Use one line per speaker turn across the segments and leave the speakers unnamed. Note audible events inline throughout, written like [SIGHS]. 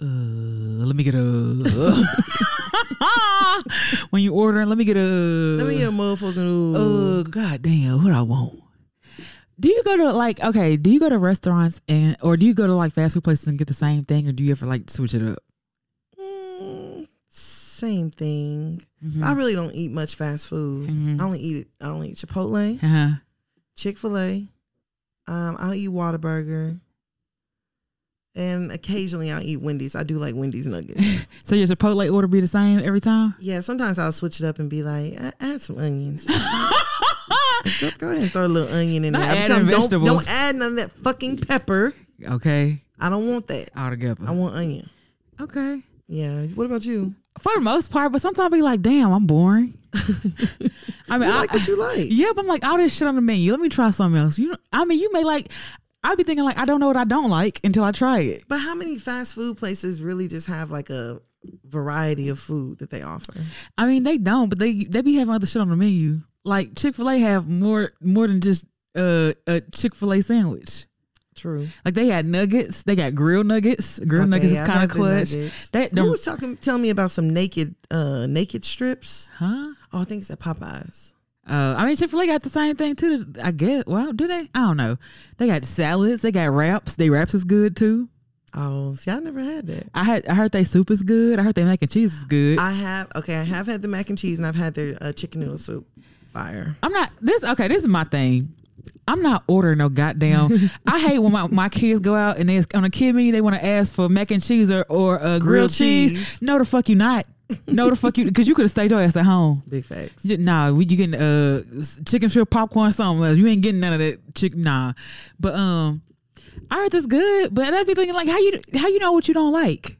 Uh, let me get a. uh. [LAUGHS] when you ordering, let me get a.
Let me get a motherfucking.
Uh, God damn, what I want. Do you go to like okay? Do you go to restaurants and or do you go to like fast food places and get the same thing, or do you ever like switch it up?
Mm, same thing.
Mm-hmm. Mm.
I really don't eat much fast food.
Mhm.
I only eat it. I only eat Chipotle,
Uh-huh.
Chick Fil A. Um, I'll eat Whataburger, and occasionally I'll eat Wendy's. I do like
[LAUGHS]
Wendy's nuggets.
So your Chipotle order be the same every [LAUGHS] time?
yeah, sometimes I'll switch it up and be like, "A- add some onions. go, go ahead and throw a little onion in
Not
there. I'm
adding
telling you, don't
vegetables.
don't add none of that fucking pepper.
Okay,
I don't want that.
all
I
together.
want onion.
Okay.
Yeah. What about you? [LAUGHS]
For the most part, but sometimes I be like, damn, I'm boring. I mean,
You
I,
like what you like.
yeah, but I'm like all this shit on the menu. Let me try something else. You, know, I mean, you may like. I be thinking like I don't know what I don't like until I try it.
But how many fast food places really just have like a variety of food that they offer?
I mean, they don't, but they they be having other shit on the menu. Like Chick Fil A have more more than just uh, a Chick Fil A sandwich.
True.
Like they had nuggets, they got grilled nuggets. Grilled nuggets is kind of clutch. That
Who
don't,
was talking telling me about some naked uh naked strips?
huh?
Oh, I think it's at Popeyes.
Uh, I mean, Chick Fil A got the same thing too. I guess. Well, do they? I don't know. They got salads. They got wraps. They wraps is good too.
Oh, see, I never had that.
I had. I heard they soup is good. I heard they mac and cheese is good. I,
I have okay, I have had the mac and cheese and I've had their uh, chicken noodle soup. Fire.
am not this. Okay, this is my thing. I'm not ordering no goddamn. I hate when my, my kids go out and they on a kid menu they want to ask for mac and cheese or or uh, grilled,
Grilled
cheese.
cheese.
No, the fuck you not. No, the fuck you because you could have stayed your ass at home.
Big facts.
You- Nah, we, you getting uh s- chicken strip popcorn something else. You ain't getting none of that chicken. Nah, but um, all right, that's good. But I'd be thinking like, how you how you know what you don't like?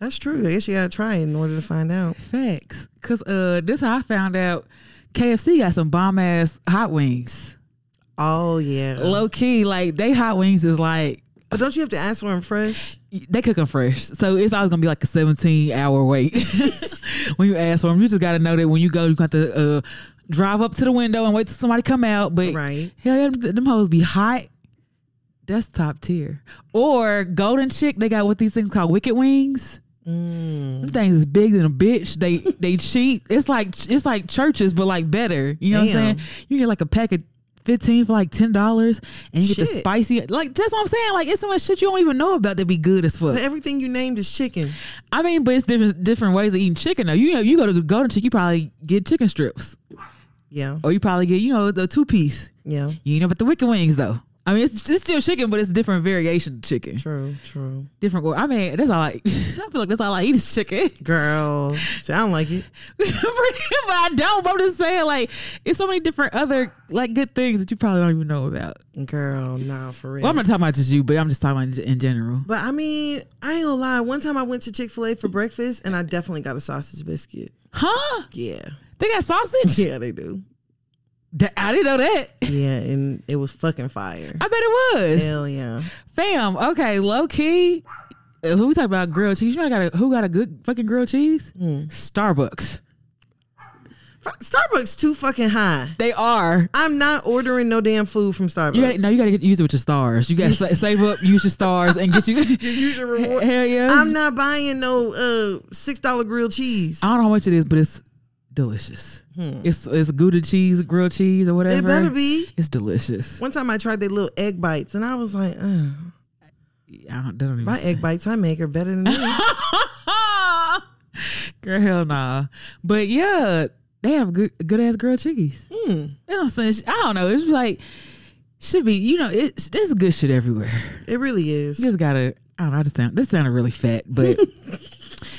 That's true. I guess you gotta try it in order to find out.
Facts, cause uh, this how I found out. KFC got some bomb ass hot wings.
Oh yeah.
Low key, like they hot wings is like
But don't you have to ask for them fresh?
they cook them fresh, so it's always gonna be like a seventeen hour wait [LAUGHS] when you ask for them. You just gotta know that when you go, you got to uh, drive up to the window and wait till somebody come out. But
Right.
hell yeah, them, them hoes be hot. That's top tier. Or Golden Chick, they got what these things called Wicked Wings.
Mm.
Them things is big than a bitch. They they cheat. It's like it's like churches, but like better. You know what I'm
Damn.
saying? You get like a pack of fifteen for like ten dollars, and you get the
Shit.
spicy. Like that's what I'm saying. Like it's so much shit you don't even know about that be good as fuck.
But everything you named is chicken.
I mean, but it's different different ways of eating chicken though. You know, you go to Golden Chick, you probably get chicken strips,
Yeah.
or you probably get you know the two piece.
Yeah.
You ain't know about the wicked wings though. I mean, it's, it's still chicken, but it's different variation of chicken.
True, true.
Different. or- I mean, that's all. I, [LAUGHS] I feel like that's all I eat is chicken. [LAUGHS]
Girl. Sound like it.
but I don't. But I'm just saying, like, it's so many different other like good things that you probably don't even know about.
Girl, nah, for real.
Well, I'm not talking about just you, but I'm just talking about in- in general.
but I mean, I ain't gonna lie. One time I went to Chick fil A for breakfast and I definitely got a sausage biscuit.
Huh?
Yeah. [LAUGHS]
They got sausage?
Yeah, they do.
Th- I didn't know that. [LAUGHS]
Yeah, and it was fucking fire.
I bet it was.
Hell yeah.
Fam, okay, low key. If we talk about grilled cheese, you know, I got a, who got a good fucking grilled cheese?
Hmm.
Starbucks.
Fr- Starbucks too fucking high.
They are.
I'm not ordering no damn food from Starbucks.
You gotta, no, you gotta get, use it with your stars. You gotta
[LAUGHS]
sa- save up, use your stars, and get you. [LAUGHS]
Use your reward.
Hell yeah.
I'm not buying no uh six dollar grilled cheese.
I don't know how much it is, but it's delicious. It's it's Gouda cheese, grilled cheese, or whatever.
Hmm. It better be.
It's delicious.
One time I tried their little egg bites and I was like, uh,
I don't, that don't even.
my egg bites I make are better than these.
[LAUGHS] Girl, hell nah. But yeah, they have good good ass grilled cheese.
Hmm.
You know what I'm saying? I don't know. It's like should be. You know, it's there's good shit everywhere.
It really is.
You just gotta. I don't know. I just sound. This sounded really fat,
[LAUGHS]
but.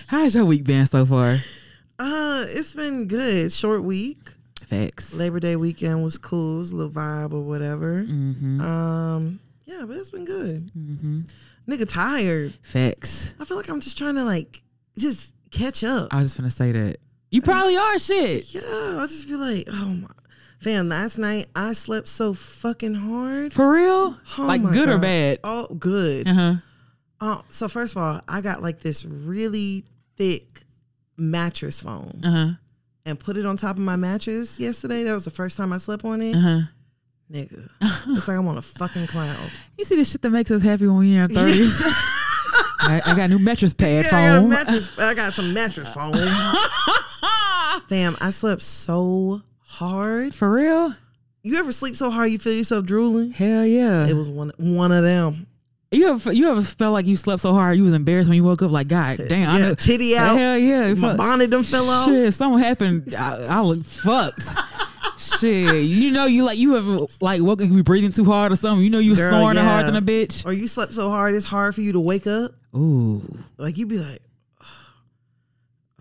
How's your week been so far?
Uh, it's been good. Short week.
Facts.
Labor Day weekend was cool. It was a little vibe or whatever.
Mm-hmm.
Um, yeah, but it's been good.
Mm-hmm.
Nigga, tired.
Facts.
I feel like I'm just trying to like just catch up.
I was just gonna say that. You probably are shit.
Yeah, I just feel like, oh my, fam. Last night I slept so fucking hard.
For real?
Oh
like
my
good or
God.
bad?
Oh, good.
Uh-huh.
Uh, so first of all, I got like this really thick mattress foam
Uh-huh.
and put it on top of my mattress yesterday. That was the first time I slept on it.
Uh-huh.
nigga.
[LAUGHS]
It's like I'm on a fucking cloud. [LAUGHS]
You see the shit that makes us happy when we're in our thirties. I, I got a new mattress pad
Yeah, I got a
foam.
mattress. I got some mattress
[LAUGHS]
foam. Damn, I slept so hard.
For real?
You ever sleep so hard you feel yourself drooling?
Hell yeah.
It was one one of them.
You ever you ever felt like you slept so hard you was embarrassed when you woke up? Like
[LAUGHS]
God damn, I
Yeah,
know-
titty out.
Hell yeah,
My
Fuck.
bonnet done fell off.
Shit, if something happened, I, I look fucked. Shit, you know you like you ever like woke up, you breathing too hard or something. You know you
Girl,
snoring
yeah.
harder than a bitch.
Or you slept so hard it's hard for you to wake up.
Ooh,
Like you'd be like, [SIGHS]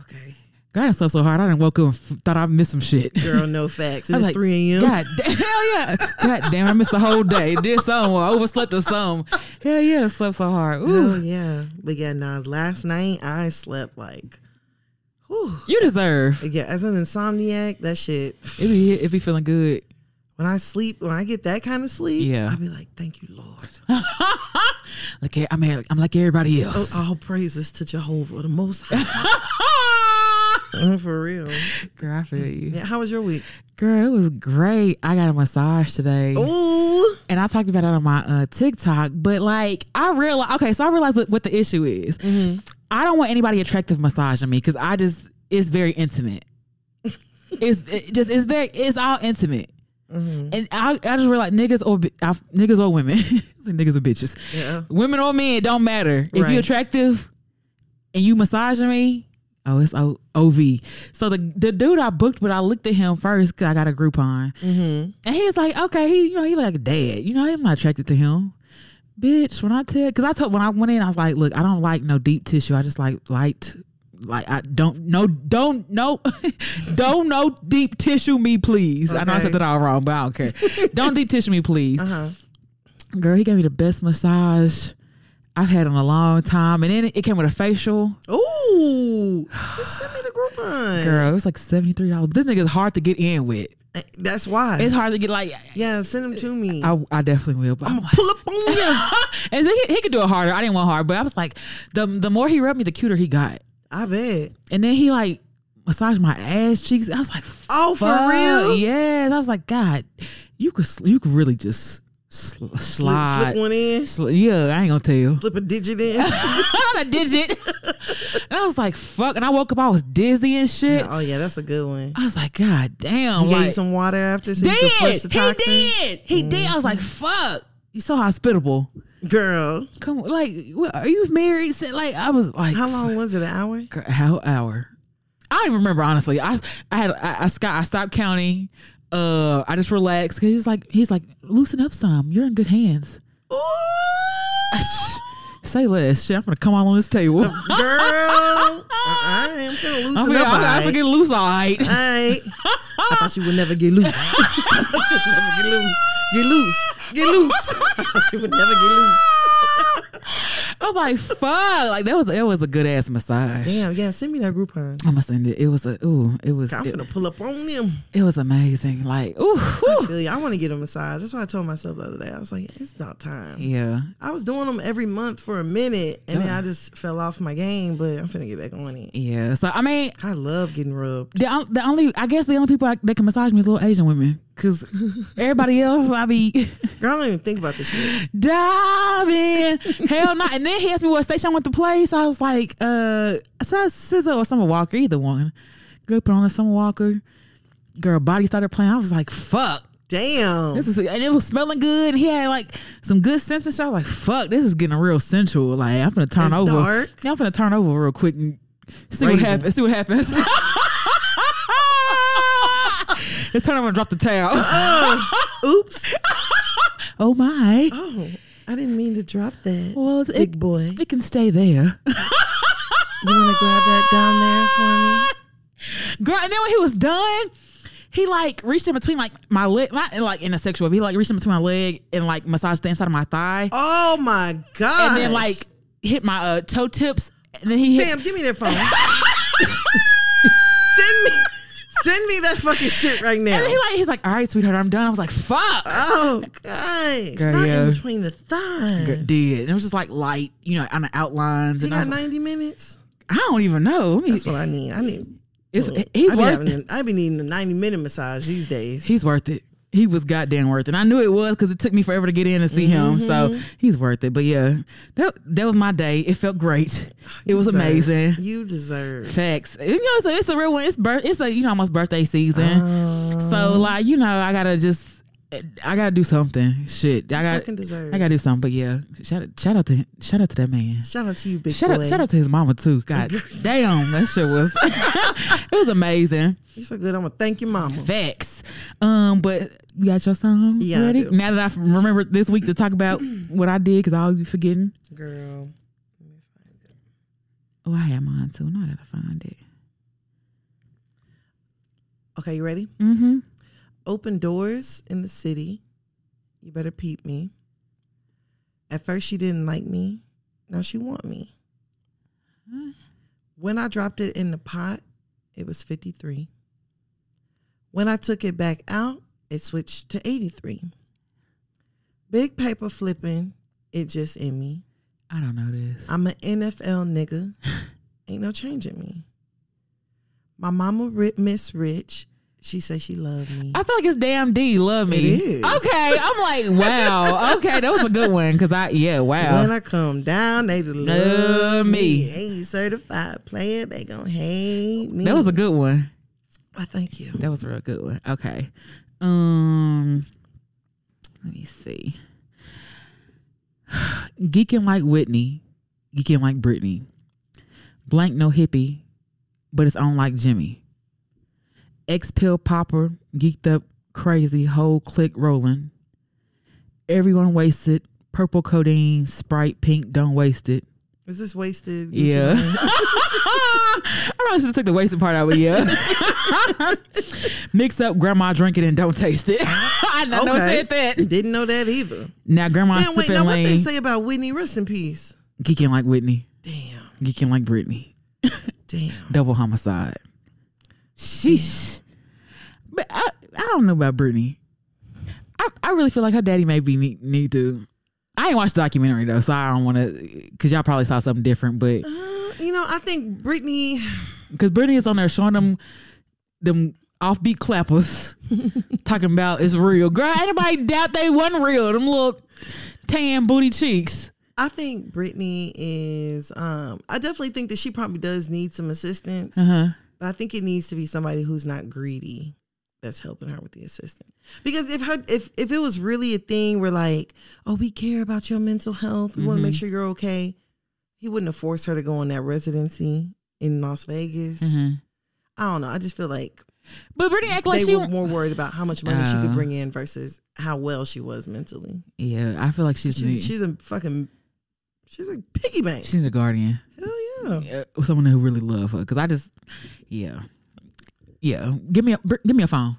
okay,
God, I slept so hard I didn't woke up and f- thought I missed some shit. [LAUGHS]
girl, no facts.
I
It's
was like,
three a.m.
God da- [LAUGHS] hell yeah, God damn, I missed the whole day. Did something, or overslept or something. Hell yeah, I slept so hard. Ooh,
Oh yeah, but yeah, nah. Last night I slept like, whew.
you deserve.
yeah. As an insomniac, that shit.
It be it be feeling good.
When I sleep, when I get that kind of sleep,
Yeah.
I be like, thank you, Lord.
Like I'm like, I'm like everybody
Oh,
[LAUGHS] else.
all praises to Jehovah, the Most
[LAUGHS]
High. Uh, For real.
Girl, I feel you.
Yeah, how was your week?
Girl, it was great. I got a massage today.
Ooh,
and I talked about it on my uh, TikTok, but like I realized, okay, so I realized what- what the issue is. I don't want anybody attractive massaging me because I just it's very [LAUGHS] intimate. it's it just it's very it's all intimate, and I, I just realized niggas or bi- I, niggas or women, [LAUGHS] niggas or bitches,
yeah.
women or men don't matter. If
Right.
you're attractive and you massaging me. Oh, it's o- OV. So the the dude I booked, but I looked at him first because I got a Groupon.
Mm-hmm.
And he was like, okay, he, you know, he like a dad. You know, I'm not attracted to him. Bitch, when I tell, because I told, when I went in, I was like, look, I don't like no deep tissue. I just like light, like, I don't, no, don't, no, [LAUGHS] don't no deep tissue me, please. I know I
Okay.
said that all wrong, but I don't care. don't deep tissue me, please.
Uh huh.
Girl, he gave me the best massage I've had in a long time. And then it, it came with a facial.
Ooh,
[SIGHS]
you sent me the Groupon.
Girl, it was like $73. This nigga's hard to get in with.
Eh, That's why.
It's hard to get, like,
yeah, send them to me.
I, I definitely will. But I'm like, [LAUGHS]
Pull up on you.
and so he, he could do it harder. I didn't want hard, but I was like, the the more he rubbed me, the cuter he got.
I bet.
And then he like massaged my ass cheeks. I was like,
Oh, for
"Fuck,
real?
Yes. I was like, God, you could sl- you could really just sl-
Slip,
slide.
slip one in.
Sli- yeah, I ain't gonna tell you.
Slip a digit in.
[LAUGHS] Not a digit. and I was like, fuck. And I woke up, I was dizzy and shit.
oh yeah, that's a good one.
I was like, God damn.
He
like,
gave you some water after so you could flush
did.
the Mm-hmm.
He
toxin.
did. He did. I was like, fuck. You so hospitable.
Girl,
come like what, are you married Said, like i was like
how long was it? An hour?
fuck, how hour i don't even remember honestly i i had i, I, sco- I stopped counting uh i just relaxed because he's like he's like loosen up some you're in good hands
Ooh,
[LAUGHS] say less shit i'm gonna come all on this table i'm
girl. I, I am finna loosen
gonna,
up.
I'm
I,
gonna get loose all right
I, I thought you would never get loose. [LAUGHS] never get loose. Get loose. Get loose. [LAUGHS] I thought you would never get loose.
[LAUGHS] i'm like fuck like that was that was a good ass massage
Damn, yeah, send me that Groupon.
i'm gonna send it it was a ooh it was
I'm
it,
finna pull up on them.
it was amazing like ooh whew.
Really, I want to get a massage. That's what I told myself the other day. I was like, it's about time.
yeah
I was doing them every month for a minute, and then
Duh.
I just fell off my game. But I'm finna get back on it.
yeah so i mean
I love getting rubbed.
The, on- the only I guess the only people I, that can massage me is little Asian women because everybody else I be [LAUGHS]
Girl, I don't even think about this [LAUGHS] shit.
diving hell not. And then he asked me what station I went to play, so I was like, uh, so SZA or Summer Walker, either one. Girl, put on a Summer Walker. Girl, body started playing. I was like, fuck.
Damn.
This is and it was smelling good. And he had like some good scents and stuff. I was like, fuck, this is getting real sensual. Like I'm gonna turn
It's
over.
dark.
Yeah, I'm gonna turn over real quick and see
Raise
what
'em.
happens. See what happens. [LAUGHS] Let's turn over and drop the towel. [LAUGHS]
Oops.
Oh my.
Oh, I didn't mean to drop that.
Well, it's,
Big
it,
boy,
it can stay there.
you want to grab that down there for me?
girl. And then when he was done, he like reached in between like my leg, not like in a sexual. way, but He like reached in between my leg and like massaged the inside of my thigh,
Oh my god!
and then like hit my uh, toe tips, and then he hit.
Sam, give me
[LAUGHS]
that phone. send me, send me that fucking shit right now.
And then he like he's like, all right, sweetheart, I'm done. I was like, fuck.
oh god,
Girl,
not
yeah.
in between the thighs.
It did. And it was just like light, you know, on the outlines.
You
And I,
got
was like,
ninety minutes.
I don't even know. Let me.
That's what I need. I need.
it's, he's
I be
worth.
having. a- I be needing a ninety minute massage these days.
He's worth it. he was goddamn worth it. And I knew it was because it took me forever to get in and see him.
Mm-hmm.
So he's worth it. But yeah, that that was my day. It felt great. It was
Deserve.
amazing.
You deserve.
Facts. And, you know, so it's a real one. It's birth. It's a you know almost birthday season. so
Oh.
like you know, I gotta just. I gotta do something. Shit, I got.
fucking deserve.
I gotta do something. But yeah, shout out, shout out to him. shout out to that man.
Shout out to you, big
Shout
boy.
out, shout out to his mama too.
[LAUGHS]
God damn, that shit was. [LAUGHS] it was amazing.
You're so good. I'm gonna thank your mama.
Facts. Um, but you got your song
Yeah, I
ready?
do.
Now that I f- remember this week to talk about [CLEARS THROAT] what I did, because I always be forgetting.
Girl.
Oh, I had mine too. Now I gotta find it.
Okay, you ready?
Mm-hmm.
Open doors in the city. You better peep me. At first she didn't like me. Now she want me.
Huh?
When I dropped it in the pot, it was 53. When I took it back out, it switched to 83. Big paper flipping, it just in me.
I don't know this.
I'm an NFL
[LAUGHS]
nigga. Ain't no changing me. My mama, Ri- Miss Rich, she said she loved me.
I feel like it's damn D. Love me.
It is.
Okay, I'm like wow. okay, that was a good one because I yeah wow.
When I come down, they just love,
Love
me.
me.
Ain't certified player, they gonna hate me.
that was a good one.
I thank you.
That was a real good one. Okay. Um let me see. [SIGHS] Geeking like Whitney, geeking like Britney. Blank no hippie, but it's on like Jimmy. Ex pill popper, geeked up crazy, whole click rolling. Everyone wasted, purple codeine, sprite, pink, don't waste it.
Is this wasted? Gucci
Yeah. [LAUGHS]
Mane?
I probably should have took the wasting part out, but
[LAUGHS]
yeah. Mix up grandma drink it and don't taste it. [LAUGHS] I know no
Okay.
said that.
Didn't know that either.
Now grandma
Damn, wait,
sipping
now what they
lane,
say about Whitney? Rest in peace.
geeking like Whitney,
Damn,
geeking like Britney,
damn.
double homicide. Sheesh. But I, I don't know about Britney. I, I really feel like her daddy may be need, need to. I ain't watched the documentary though, so I don't want to. Cause y'all probably saw something different, but
Uh, you know, I think Britney.
because Britney is on there showing them them offbeat clappers,
[LAUGHS]
talking about it's real. Girl, anybody doubt they wasn't real? Them little tan booty cheeks.
I think Britney is. Um, I definitely think that she probably does need some assistance.
Uh huh.
But I think it needs to be somebody who's not greedy that's helping her with the assistance. Because if her if if it was really a thing where like, oh, we care about your mental health, we want to make
Mm-hmm.
sure you're okay, he wouldn't have forced her to go on that residency in Las Vegas. I don't know. I just feel like
Mm-hmm. But Britney act like
they
she.
were more worried about how much money she
Oh.
could bring in versus how well she was mentally.
yeah, I feel like she's
She's
she's,
she's a fucking she's a piggy bank.
she's a guardian,
Hell yeah.
uh, someone who really love her. Cause I just, yeah, yeah. Give me a Br- give me a
[LAUGHS]
phone.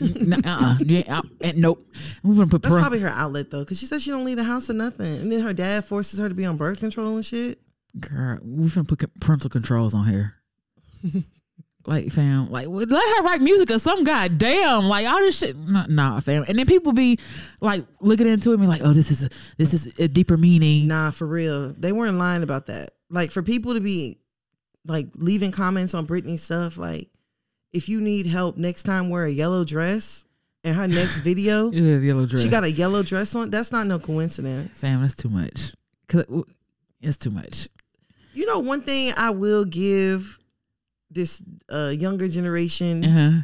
N- uh-uh. Yeah, uh, nope. We're gonna put
That's
parental-
probably her outlet though, because she said she don't leave the house or nothing, and then her dad forces her to be on birth control and shit.
Girl, we finna put c- parental controls on
[LAUGHS]
here. like, fam, like w- let her write music or some god damn, like all this shit. Nah, nah, fam. And then people be like looking into it and be like, oh, this is a, this is a deeper meaning.
Nah, for real. They weren't lying about that. Like for people to be like leaving comments on Britney stuff, like if you need help next time, wear a yellow dress. And
[LAUGHS]
her next video,
It is yellow dress.
she got a yellow dress on. That's not no coincidence.
fam. That's too much. 'Cause it- w- it's too much.
You know, one thing I will give this uh, younger generation,
Uh huh.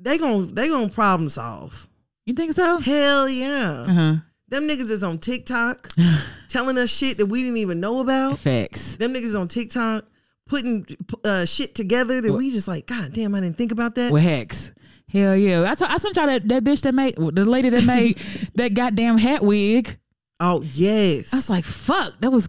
they gon' they gon' problem solve.
You think so?
Hell yeah.
Uh huh.
Them niggas is on
[SIGHS]
TikTok telling us shit that we didn't even know about.
Facts.
Them niggas on TikTok putting uh, shit together that we just like, God damn, I didn't think about that.
With hex. Hell yeah. I, t- I sent y'all that, that bitch that made the lady that
[LAUGHS]
made that goddamn hat wig.
Oh yes.
I was like, fuck, that was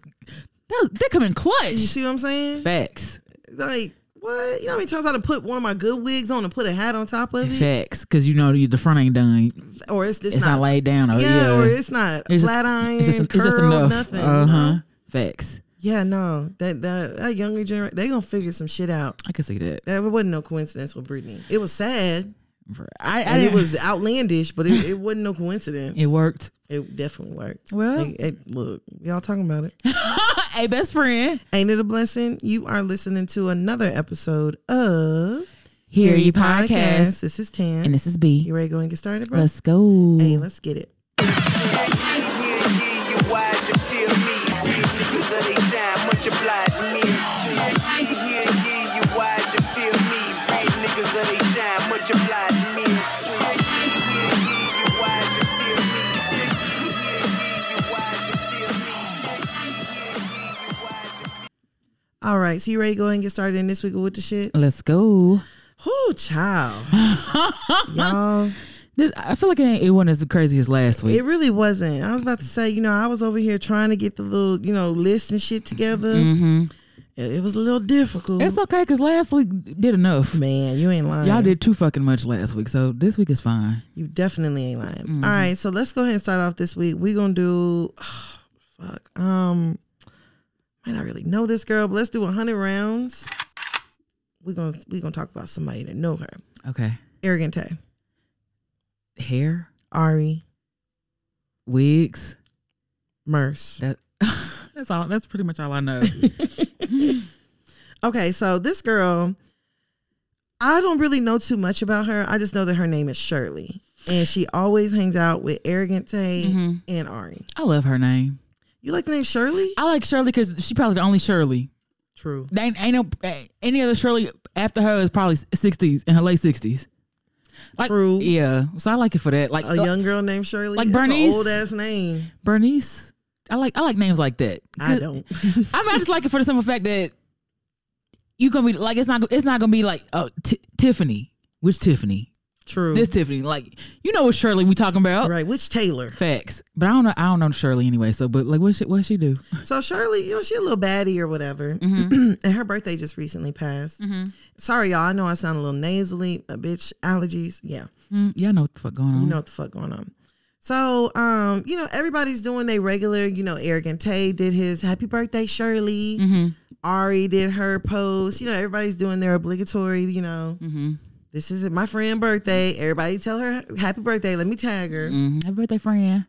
that was, they come in
you
clutch.
see what I'm saying?
Facts.
Like what? You know how many times I done put one of my good wigs on and put a hat on top of it,
Facts. Cause you know you- the front ain't done. It's,
or it's just
not,
not,
laid down. Or,
yeah,
yeah,
or it's not
It's just-
flat iron,
it's just, it's just
curled,
enough.
nothing. you
Uh huh.
know?
Facts.
Yeah, no, that that, that younger generation, they gonna figure some shit out.
I can see that.
That wasn't no coincidence with Britney. It was sad
Bruh. I, I
and it
didn't, it [LAUGHS]
was outlandish, but it, it wasn't no coincidence. It,
worked. [LAUGHS]
definitely worked.
Well-
Like, hey, look, y'all talking about it.
hey, best friend.
Ain't it a blessing? You are listening to another episode of
Hear You Podcast.
This is Tan.
And this is B.
you ready to go and get started, bro?
Let's go.
hey, let's get it. All right, so you ready to go and get started in this week with the shit?
Let's go.
Oh,
[LAUGHS]
child. Y'all,
This, I feel like it, ain't, it wasn't as crazy as last week.
it really wasn't. I was about to say, you know, I was over here trying to get the little, you know, list and shit together.
mm-hmm.
It, it was a little difficult.
It's okay because last week did enough.
Man, you ain't lying.
Y'all did too fucking much last week, so this week is fine.
You definitely ain't lying.
Mm-hmm.
All right, so let's go ahead and start off this week. We're gonna do [SIGHS] fuck. Um might not really know this girl, but let's do hundred rounds. We're gonna we're gonna talk about somebody that know her.
Okay.
Arrogante.
Hair,
Ari
wigs.
Merce.
That, [LAUGHS] that's all. That's pretty much all I know.
Okay, so this girl, I don't really know too much about her. I just know that her name is Shirley. And she always hangs out with Arrogante
Mhm.
and Ari.
I love her name.
You like the name Shirley?
I like Shirley because she probably the only Shirley.
True.
They ain't, ain't no any other Shirley after her is probably sixties in her late sixties. Like,
True.
Yeah, so I like it for that. Like uh,
A young girl named Shirley.
Like
That's
Bernice?
Old ass name.
Bernice. I like I like names like that.
I don't.
[LAUGHS]
[LAUGHS]
I, mean, I just like it for the simple fact that you gonna be like it's not it's not gonna be like oh Ti Tiffany. Which Tiffany?
True.
This Tiffany. Like you know what Shirley we talking about?
right. Which Taylor?
Facts. But I don't know. I don't know Shirley anyway. So, but like, what she what she do?
So Shirley, you know, she a little baddie or whatever. [CLEARS THROAT] and her birthday just recently passed. Sorry, y'all. I know I sound a little nasally. A bitch. Allergies. Yeah.
Mm, y'all know what the fuck going on.
You know what the fuck going on. So, um, you know, everybody's doing their regular, you know, Arrogant Tay did his happy birthday, Shirley. Ari did her post. You know, everybody's doing their obligatory, you know, this is my friend birthday. Everybody tell her happy birthday. Let me tag her.
Mm, happy birthday, friend.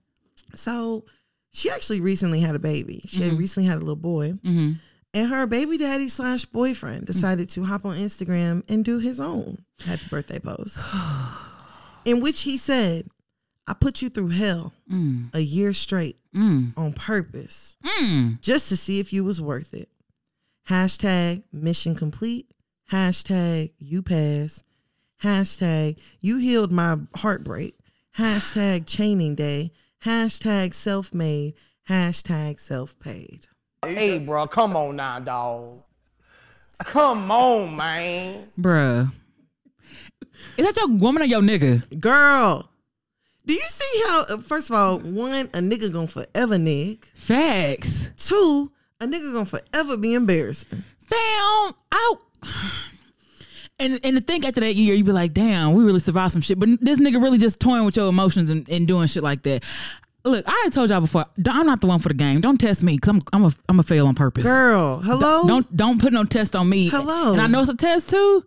So she actually recently had a baby. She had recently had a little boy.
Mhm.
And her baby daddy slash boyfriend decided to hop on Instagram and do his own happy birthday post. in which he said, I put you through hell
Mm,
a year straight
mm,
on purpose
mm.
just to see if you was worth it. Hashtag mission complete. Hashtag you pass. Hashtag you healed my heartbreak. Hashtag chaining day. Hashtag self made. Hashtag self paid.
Hey, bro, come on now, dog. Come on, man.
Bruh. Is that your woman or your nigga?
Girl, do you see how, uh, first of all, one, a nigga gonna forever nigg.
Facts.
Two, a nigga gonna forever be embarrassing.
Fam, out. [SIGHS] And and the thing after that year, you be like, damn, we really survived some shit. But this nigga really just toying with your emotions and, and doing shit like that. Look, I already told y'all before. d- I'm not the one for the game. Don't test me, cause I'm I'm a I'm a fail on purpose.
Girl, hello?
Don't don't put no test on me.
Hello.
And I know it's a test too.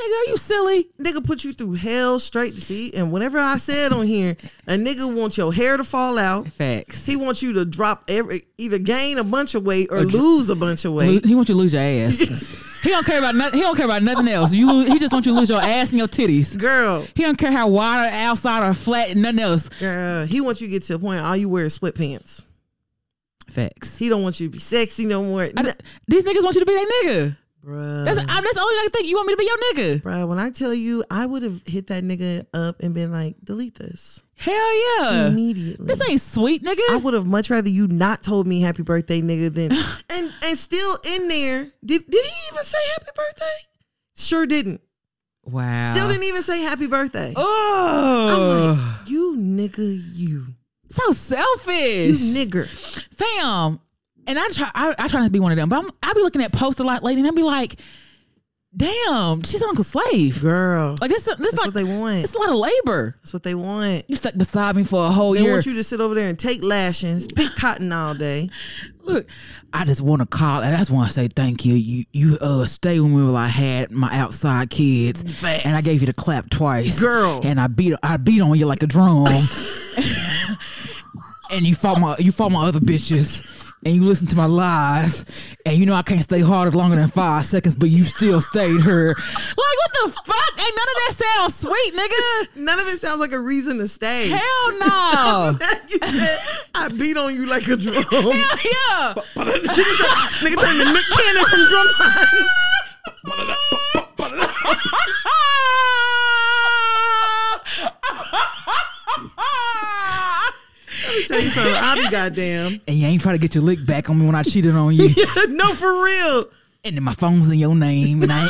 Nigga, are you silly?
nigga put you through hell straight to see. And whenever I said on here, a nigga wants your hair to fall out.
Facts.
He wants you to drop every either gain a bunch of weight or,
dr-
lose a bunch of
Lo- [LAUGHS]
weight.
He wants you to lose your
[LAUGHS]
ass. he don't care about nothing. He don't care about nothing else. You, lo- he just wants you to lose your ass and your titties.
Girl,
He don't care how wide or outside or flat and nothing else.
girl, he wants you to get to a point all you wear is sweatpants.
Facts.
He don't want you to be sexy no more.
I d- these niggas want you to be that nigga.
bruh.
That's I, that's the only thing I can think. You want me to be your nigga?
bruh, when I tell you, I would have hit that nigga up and been like, delete this
Hell yeah.
immediately.
Uh, This ain't sweet, nigga.
I would have much rather you not told me happy birthday,
[GASPS]
nigga, than and and still in there. Did did he even say happy birthday? Sure didn't.
wow.
Still didn't even say happy birthday.
Oh.
I'm like, you nigga, you.
so
You
selfish.
nigger.
fam. And I try, I, I try not to be one of them, but I'm, I be looking at posts a lot lately, and I be like, damn, she's Uncle Slave.
Girl.
Like this, this
That's
like
what they want.
it's a lot of labor.
That's what they want.
You stuck beside me for a whole
They
year.
want you to sit over there and take lashings, pick cotton all day.
Look, I just want to call. and I just want to say thank you. You you uh stay with me while I had my outside kids,
Facts.
and I gave you the clap twice,
Girl.
And I beat I beat on [LAUGHS] you like a drum, and you fought my you fought my other bitches. and you listen to my lies, and you know I can't stay harder longer than five seconds, but you still stayed her. Like what the fuck? Ain't none of that sounds sweet, [LAUGHS] nigga.
None of it sounds like a reason to stay. [LAUGHS]
Hell [LAUGHS] no.
you said, I beat on you like
[LAUGHS]
a drum. nigga,
yeah.
turn, nigga turned to Nick Cannon from Drumline. Let me tell you something. I'll be goddamn.
And you ain't try to get your lick back on me when I cheated on [LAUGHS] you.
no, for real.
and then my phone's in your name. And I,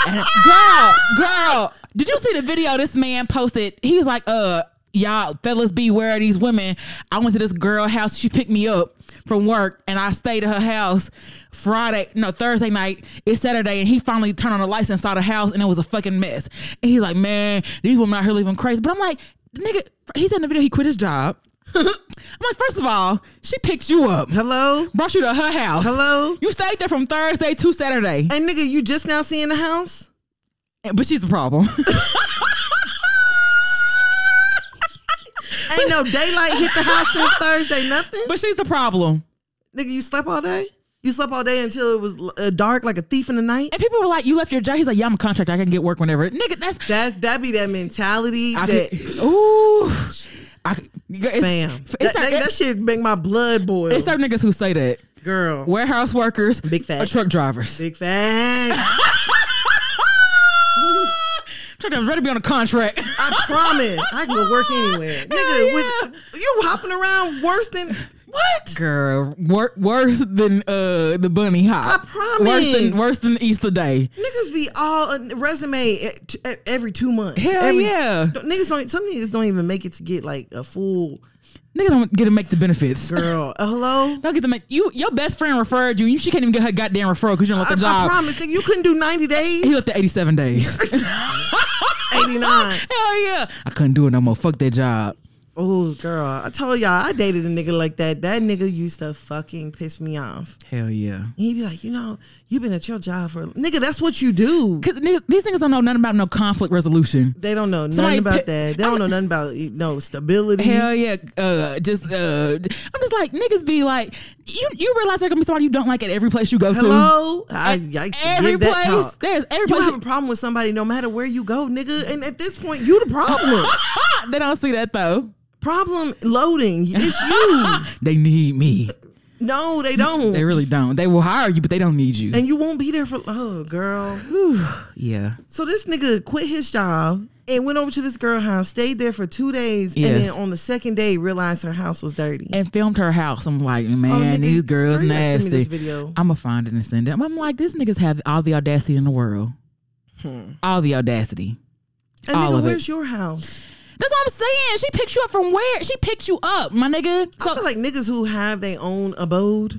[LAUGHS] and- girl, girl, did you see the video this man posted? He was like, uh, y'all fellas beware of these women. I went to this girl house. She picked me up from work and I stayed at her house Friday, no, Thursday night. It's Saturday and he finally turned on the lights inside the house and it was a fucking mess. And he's like, man, these women out here living crazy. But I'm like, nigga, he said in the video he quit his job. [LAUGHS] I'm like, first of all, she picked you up
Hello?
brought you to her house.
Hello?
You stayed there from Thursday to Saturday.
And nigga, you just now seeing the house?
But she's the problem.
Ain't no daylight hit the
[LAUGHS]
house since Thursday, nothing?
but she's the problem.
nigga, you slept all day? You slept all day until it was uh, dark like a thief in the night?
And people were like, You left your job. He's like, Yeah, I'm a contractor. I can get work whenever. Nigga, that's
That's that be that mentality
I
that
could, Ooh. I could, it's,
[LAUGHS] bam.
[LAUGHS] It's,
That,
certain-
that- that shit make my blood boil.
it's certain niggas who say that.
Girl.
Warehouse workers,
Big
or
facts.
truck drivers.
Big facts.
Truck drivers ready to be on a contract.
I promise. I can go work anywhere. Nigga,
yeah.
with, you hopping around worse than what?
[LAUGHS] Girl, wor- worse than uh the bunny hop.
I promise.
Worse than worse than Easter Day.
Niggas be all a resume at, t- at every two months.
Hell
every,
yeah.
Don't- Niggas don't, some niggas don't even make it to get like a full
Nigga don't get to make the benefits. [LAUGHS]
girl. Uh, hello?
Don't get the make you. Your best friend referred you, and you she can't even get her goddamn referral because you don't
I,
let the
I
job.
promise, nigga, you couldn't do 90
he
days,
left the eighty-seven
[LAUGHS]
days.
89.
Hell yeah! I couldn't do it no more. Fuck that job.
Oh, girl. I told y'all, I dated a nigga like that. That nigga used to fucking piss me off.
Hell yeah!
And he'd be like, you know, you've been at your job for, nigga, that's what you do.
Cause niggas, these niggas don't know nothing about no conflict resolution.
They don't know
Somebody
nothing about
pi-
that. They don't know nothing about you no stability.
Hell yeah! Uh, just uh, I'm just like niggas be like, you you realize there gonna be somebody you don't like at every place you go to.
Hello, I, yikes,
Every
give
place,
that talk.
there's every
You
place.
have a problem with somebody, no matter where you go, nigga. And at this point, you the
[LAUGHS]
problem.
they don't see that though.
problem loading. It's you.
[LAUGHS] They need me.
no, they don't.
They really don't. They will hire you, but they don't need you.
and you won't be there for oh, girl.
yeah.
So this nigga quit his job and went over to this girl house, stayed there for two days, and
Yes.
then on the second day realized her house was dirty.
and filmed her house. I'm like, man,
Oh, nigga,
these girls
girl, you gotta send
nasty.
me this video.
I'ma find it and send it. I'm like, this niggas have all the audacity in the world.
Hmm.
All the audacity.
and
all
nigga,
of it.
where's your house?
That's what I'm saying. She picked you up from where? She picked you up, my nigga.
I
So
feel like niggas who have their own abode,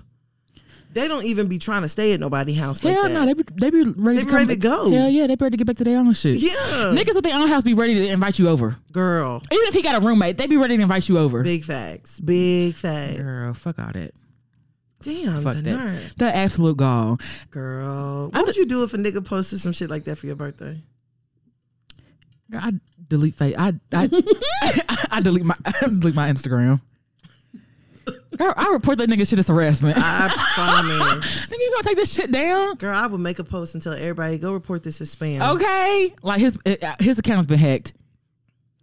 they don't even be trying to stay at nobody's house like
hell
that.
no, they be, they be ready
They
to
be
come back-
ready to go.
Hell yeah, they be ready to get back to their own shit.
Yeah.
Niggas with their own house be ready to invite you over.
Girl,
Even if he got a roommate, they be ready to invite you over.
big facts, big facts.
Girl, fuck all that.
Damn,
Fuck
the
that.
nerve.
The absolute gall.
Girl, what would you do if a nigga posted some shit like that for your birthday?
Girl, I delete face. I
[LAUGHS]
I, [LAUGHS] I delete my [LAUGHS] I delete my Instagram. Girl, I report that nigga shit as
[LAUGHS]
harassment.
I
[LAUGHS]
promise.
Nigga, you gonna take this shit down?
Girl, I would make a post and tell everybody go report this as spam.
Okay, like his uh, his account's been hacked.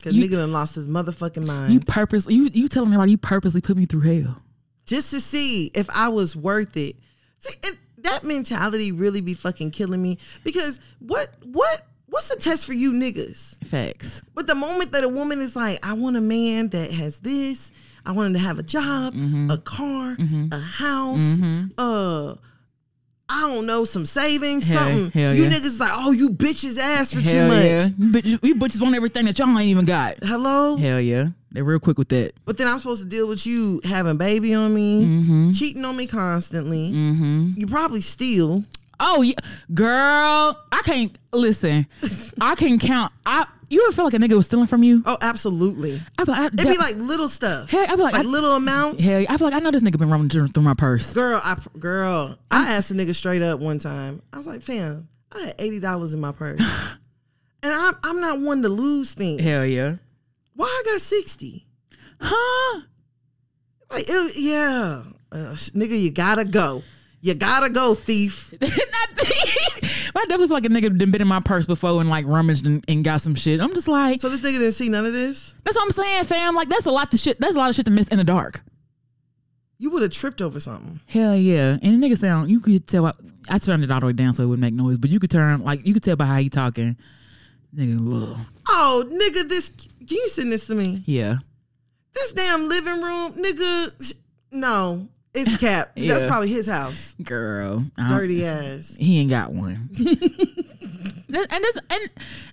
Cause
You-
nigga done lost his motherfucking mind.
You purposely you you telling everybody you purposely put me through hell.
just to see if I was worth it. See, and that mentality really be fucking killing me because what what what's the test for you niggas?
Facts.
But the moment that a woman is like, I want a man that has this, I want him to have a job,
Mm-hmm.
a car, a house, uh I don't know, some savings,
Hell-
something.
hell
you
yeah.
niggas like, oh, you bitches ask for
Hell
too much.
yeah. You bitches, you bitches want everything that y'all ain't even got.
Hello?
Hell yeah. They're real quick with that.
But then I'm supposed to deal with you having baby on me,
Mm-hmm.
cheating on me constantly. You probably steal.
Oh, yeah. girl, I can't listen. I can count. I you ever feel like a nigga was stealing from you?
Oh, absolutely.
I, I,
It'd be like little stuff.
Hey, I'd be like, I-
little amounts.
Hell, I feel like I know this nigga been rummaging through my purse.
Girl, I girl, I asked a nigga straight up one time. I was like, fam, I had eighty dollars in
[LAUGHS]
my purse. And I'm I'm not one to lose things.
yeah.
Why I got sixty?
Huh?
Like it, yeah. uh, nigga, you gotta go. You gotta go, thief.
[LAUGHS] I definitely feel like a nigga done been in my purse before and like rummaged and, and got some shit. I'm just like,
So this nigga didn't see none of this.
that's what I'm saying, fam. Like that's a lot to shit. That's a lot of shit to miss in the dark.
You would have tripped over something.
Hell yeah. And the nigga sound, you could tell. I, I turned it all the way down so it wouldn't make noise, but you could turn like you could tell by how he talking. Nigga, little
Oh, nigga, this. Can you send this to me?
yeah.
This damn living room, nigga. sh- No,
[LAUGHS]
it's cap. That's
Yeah. Mm.
probably his house.
Girl, I don't-
Dirty ass.
he ain't got one. and and this and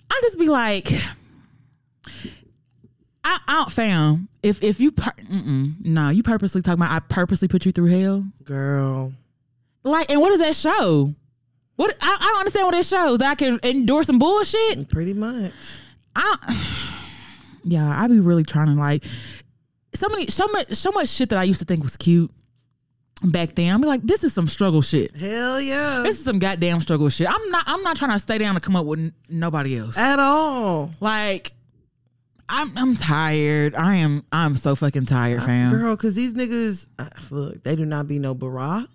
I just be like, I, I don't fam. If if you pur- mm-mm, no, you purposely talking about I purposely put you through hell.
Girl.
Like, and what does that show? What I, I don't understand what it shows that I can endure some bullshit.
Pretty much.
I [SIGHS] yeah, I be really trying to like so many so much so much shit that I used to think was cute back then. I'm like, this is some struggle shit.
Hell yeah.
This is some goddamn struggle shit. I'm not I'm not trying to stay down to come up with n- nobody else.
At all.
Like I'm I'm tired. I am I'm so fucking tired, fam.
Uh, Girl, because these niggas, uh, look, they do not be no Barack.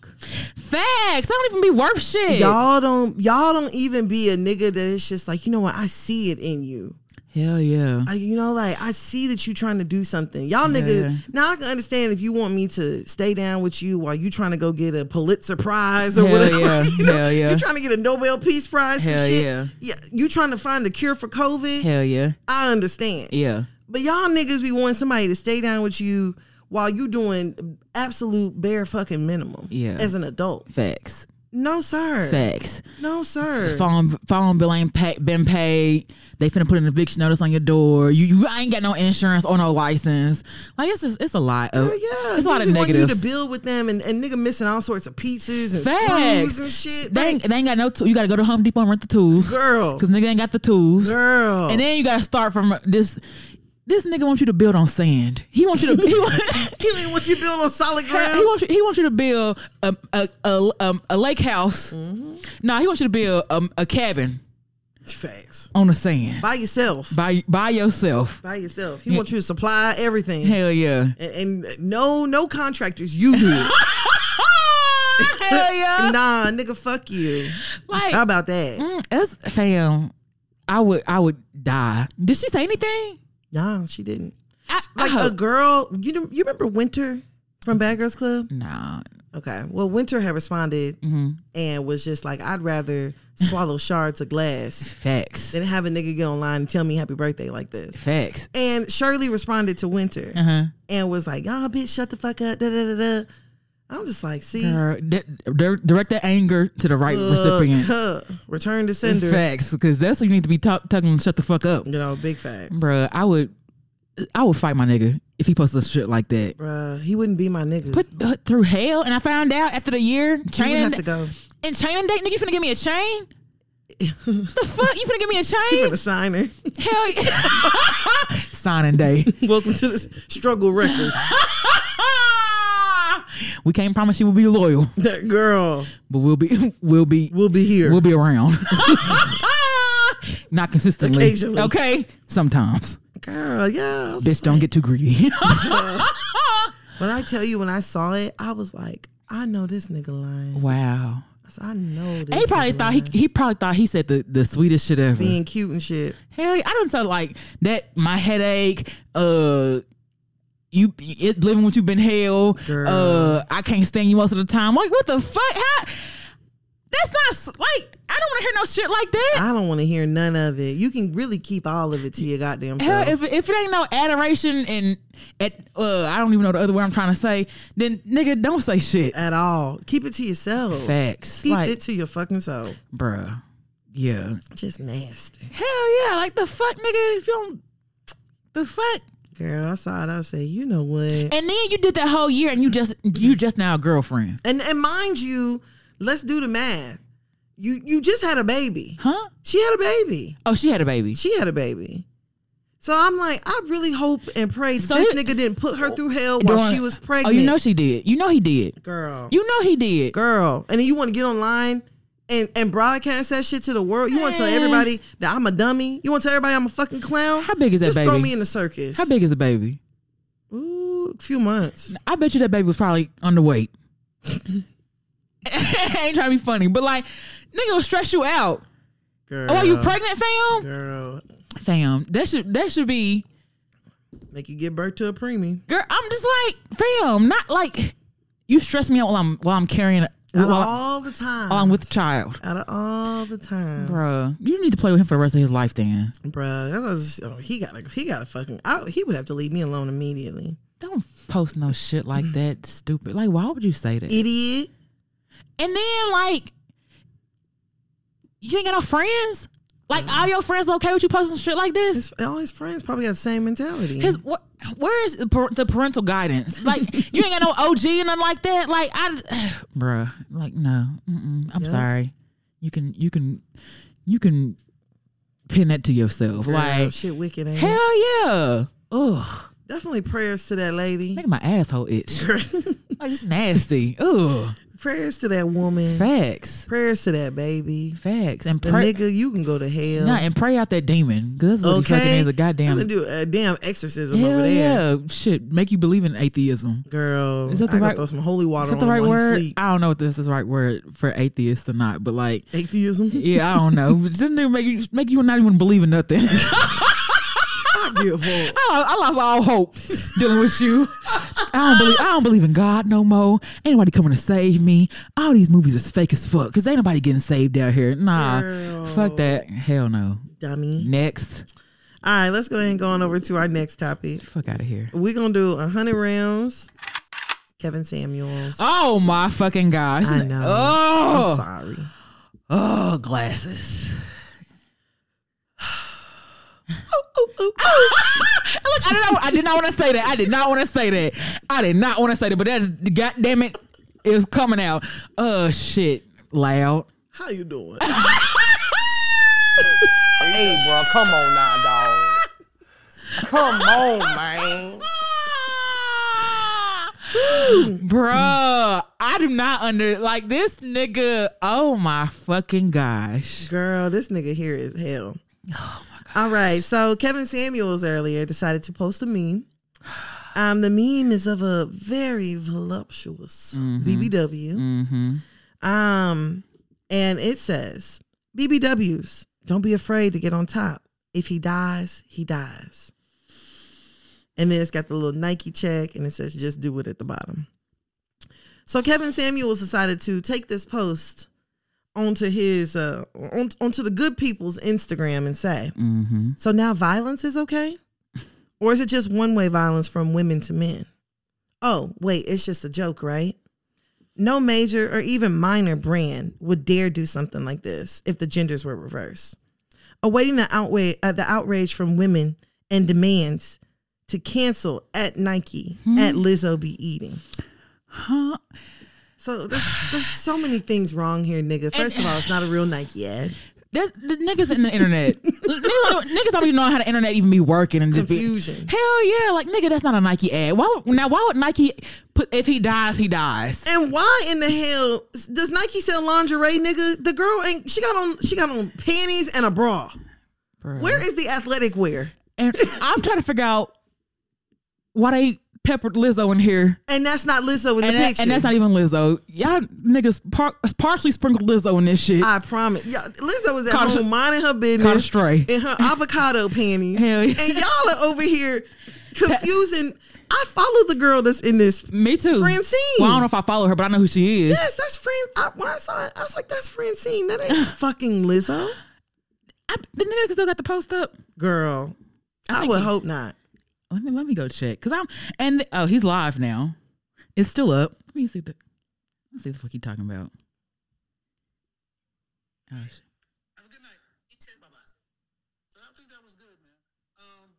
Facts. They don't even be worth shit.
Y'all don't, y'all don't even be a nigga that it's just like, you know what? I see it in you.
Hell yeah.
Like, you know, like I see that you trying to do something. Y'all
Yeah.
niggas. Now I can understand if you want me to stay down with you while you trying to go get a Pulitzer Prize or
Hell
whatever.
yeah.
[LAUGHS] you know?
Hell yeah.
You trying to get a Nobel Peace Prize. some
Hell
shit.
yeah.
Yeah. You trying to find the cure for COVID.
Hell yeah.
I understand.
Yeah.
But y'all niggas be wanting somebody to stay down with you while you doing absolute bare fucking minimum.
Yeah.
As an adult.
Facts.
No sir.
Facts.
No sir.
phone phone bill ain't pa- been paid. They finna put an eviction notice on your door. You, you ain't got no insurance or no license. Like it's just it's a lot of
Hell yeah,
it's a lot
Niggas
of
be wanting You
negatives.
to build with them and, and nigga missing all sorts of pieces and
Facts.
screws and shit.
They
Like,
ain't, they ain't got no tool. You gotta go to Home Depot and rent the tools
girl,
because nigga ain't got the tools.
girl.
And then you gotta start from this. This nigga wants you to build on sand. He wants you to. He want, [LAUGHS]
he don't even want you to build on solid ground.
He wants you. He wants you to build a a a, um, a lake house. Nah, he wants you to build um, a cabin
Facts.
on the sand
By yourself.
by by yourself.
By yourself. He wants you to supply everything.
Hell yeah.
And, and no, no contractors. You do. it.
[LAUGHS] Hell yeah.
nah, nigga, fuck you.
Like
How about that?
mm, that's fam. I would I would die. Did she say anything?
Nah, she didn't.
I, I
Like a
hope-
girl, you know, you remember Winter from Bad Girls Club?
nah.
Okay. Well, Winter had responded
Mm-hmm.
and was just like, I'd rather swallow shards of glass
Facts.
than have a nigga get online and tell me happy birthday like this.
Facts.
And Shirley responded to Winter
Uh-huh.
and was like, "Y'all bitch, shut the fuck up." Da da da da. I'm just like, see,
Girl, di- di- direct that anger to the right recipient.
huh, return to sender.
Facts, because that's what you need to be talk- talking. Shut the fuck up,
You know, big facts,
Bruh,
bruh.
I would, I would fight my nigga if he posted shit like that.
he wouldn't be my nigga.
Put uh, through hell, and I found out after the year
he would
chain
have
and,
to go.
and chain and date. Nigga, you finna give me a chain? the fuck, you finna
[LAUGHS]
give me a
For
chain?
the signer.
Hell yeah. [LAUGHS] Signing day.
[LAUGHS] Welcome to the
[LAUGHS]
struggle records,
we can't promise you we'll be loyal,
that girl
but we'll be we'll be
will be here.
we'll be
[LAUGHS]
around. Not consistently.
Occasionally.
Okay. Sometimes.
girl, yeah.
Bitch, don't get too greedy. [LAUGHS]
When I tell you, when I saw it, I was like, I know this nigga lying.
wow.
I, said, I know this.
He probably
nigga
thought he
lying.
he probably thought he said the, the sweetest shit ever.
being cute and shit.
Hell yeah. I don't tell like that my headache, uh you it, living with you been hell.
Girl.
Uh I can't stand you most of the time. Like what the fuck? How? That's not s- like I don't want to hear no shit like that.
I don't want to hear none of it. You can really keep all of it to your goddamn
Hell,
self.
if if it ain't no adoration and at uh, I don't even know the other word I'm trying to say, then nigga, don't say shit.
at all. Keep it to yourself.
Facts,
Keep
like
it to your fucking self.
bruh, yeah,
Just nasty.
hell yeah, like the fuck, nigga, if you don't, the fuck,
Girl, I saw it. I say, you know what?
and then you did that whole year and you just you just now a girlfriend,
And and mind you, let's do the math. You you just had a baby.
huh?
She had a baby.
Oh, she had a baby.
She had a baby. So I'm like, I really hope and pray that
So
this
it-
nigga didn't put her through hell while
During-
she was pregnant.
Oh, you know she did. You know he did.
girl,
You know he did.
girl. And then you want to get online and and broadcast that shit to the world. You want to tell
Man.
everybody that I'm a dummy. You want to tell everybody I'm a fucking clown.
How big is that
Just
baby?
throw me in the circus.
How big is the baby?
Ooh, Ooh, a few months.
I bet you that baby was probably underweight. [LAUGHS] ain't trying to be funny, but like, nigga will stress you out.
Girl.
Oh, are you pregnant, fam?
Girl,
Fam, that should that should be.
make you give birth to a preemie.
Girl, I'm just like, fam, not like you stress me out while I'm while I'm carrying a,
Out
while,
of
while
all the time.
I'm with the child,
Out of all the time. Bruh.
Bruh, You need to play with him for the rest of his life, then.
That was, oh, he got to he got to fucking I, he would have to leave me alone immediately.
Don't post no shit like that, stupid. Like, why would you say that?
Idiot.
And then like, you ain't got no friends. Like, all your friends okay with you posting shit like this?
His, all his friends probably got the same mentality.
His what? Where is the, par- the parental [LAUGHS] guidance? Like you ain't got no OG and nothing like that. Like I, [SIGHS] bruh, like no, mm-mm, I'm sorry. You can you can you can pin that to yourself.
Girl,
like
shit wicked ain't it?
hell yeah. Ugh,
Definitely prayers to that lady.
making my asshole itch. Like just Oh, nasty. Ugh,
[LAUGHS] prayers to that woman.
facts,
prayers to that baby.
facts, and
The
pray.
nigga, you can go to hell.
Nah, and pray out that demon. Cause that's what he fucking
okay.
is a
Doesn't
goddamn.
do a damn exorcism over
Hell
there.
yeah, shit, make you believe in atheism.
Girl,
Is that the
I
right-
gotta throw some holy
Is
water
that
on
the right
him while he
word?
sleep.
I don't know if this is the right word for atheist or not, but
[LAUGHS]
like,
Atheism.
yeah, I don't know. But Didn't they make you make you not even believe in nothing? [LAUGHS] I, lost,
I give up.
I lost all hope dealing with you. I don't believe I don't believe in God no more. Ain't nobody coming to save me. All these movies is fake as fuck. Cause ain't nobody getting saved out here. Nah, fuck that. Hell no.
Dummy.
Next,
All right, let's go ahead and go on over to our next topic.
fuck out of here.
We're gonna do a hundred rounds. Kevin Samuels.
Oh my fucking gosh.
I know. I'm
Oh,
sorry.
oh, glasses. [LAUGHS] Look, I did not. I did not want to say that. I did not want to say that. I did not want to say that. But that's god damn it, it's coming out. Uh, shit, loud. [GASPS]
How you doing?
Hey, bro, come on now, dog. Come on, man.
Bruh, I do not under like this nigga. Oh my fucking gosh.
Girl, this nigga here is hell. All right, so Kevin Samuels earlier decided to post a meme. Um, the meme is of a very voluptuous BBW.
Mm-hmm.
Um, and it says, BBWs, don't be afraid to get on top. If he dies, he dies. And then it's got the little Nike check and it says, just do it at the bottom. So Kevin Samuels decided to take this post onto his uh on, onto the good people's Instagram and say,
Mm-hmm.
so now violence is okay? Or is it just one way violence from women to men? Oh, wait, it's just a joke, right? No major or even minor brand would dare do something like this if the genders were reversed. Awaiting the, outwa- uh, the outrage from women and demands to cancel at Nike, at Lizzo be eating.
Huh?
So there's, there's so many things wrong here, nigga. First of all, it's not a real Nike ad.
That's, the niggas in the [LAUGHS] internet. niggas, don't, niggas don't even know how the internet even be working and just be-
Confusion.
Hell yeah, like nigga, that's not a Nike ad. Why would- now? Why would Nike put if he dies, he dies?
And why in the hell does Nike sell lingerie, nigga? The girl ain't she got on she got on panties and a bra.
Bruh.
Where is the athletic wear?
And I'm trying to figure out why they peppered Lizzo in here.
And that's not Lizzo in
And,
the
that-
picture.
and that's not even Lizzo. Y'all niggas par- partially sprinkled Lizzo in this shit.
I promise. Yeah, Lizzo was at
Caught a-
home minding her
Caught a
business
stray.
in her avocado panties.
Hell yeah.
And y'all are
[LAUGHS]
over here confusing. I follow the girl that's in this.
Me too.
Francine.
Well, I don't know if I follow her, but I know who she is.
Yes, that's Fran. I, when I saw it, I was like, that's Francine. That
[LAUGHS]
ain't fucking Lizzo.
I, the niggas still got the post up.
Girl, I,
think
would
he-
hope not.
Let me let me go check because I'm and oh he's live now. It's still up. Let me see the. Let's see the fuck he talking about. Oh, shit.
Have a good night. You too. Bye bye. So I think that was good, man. Um,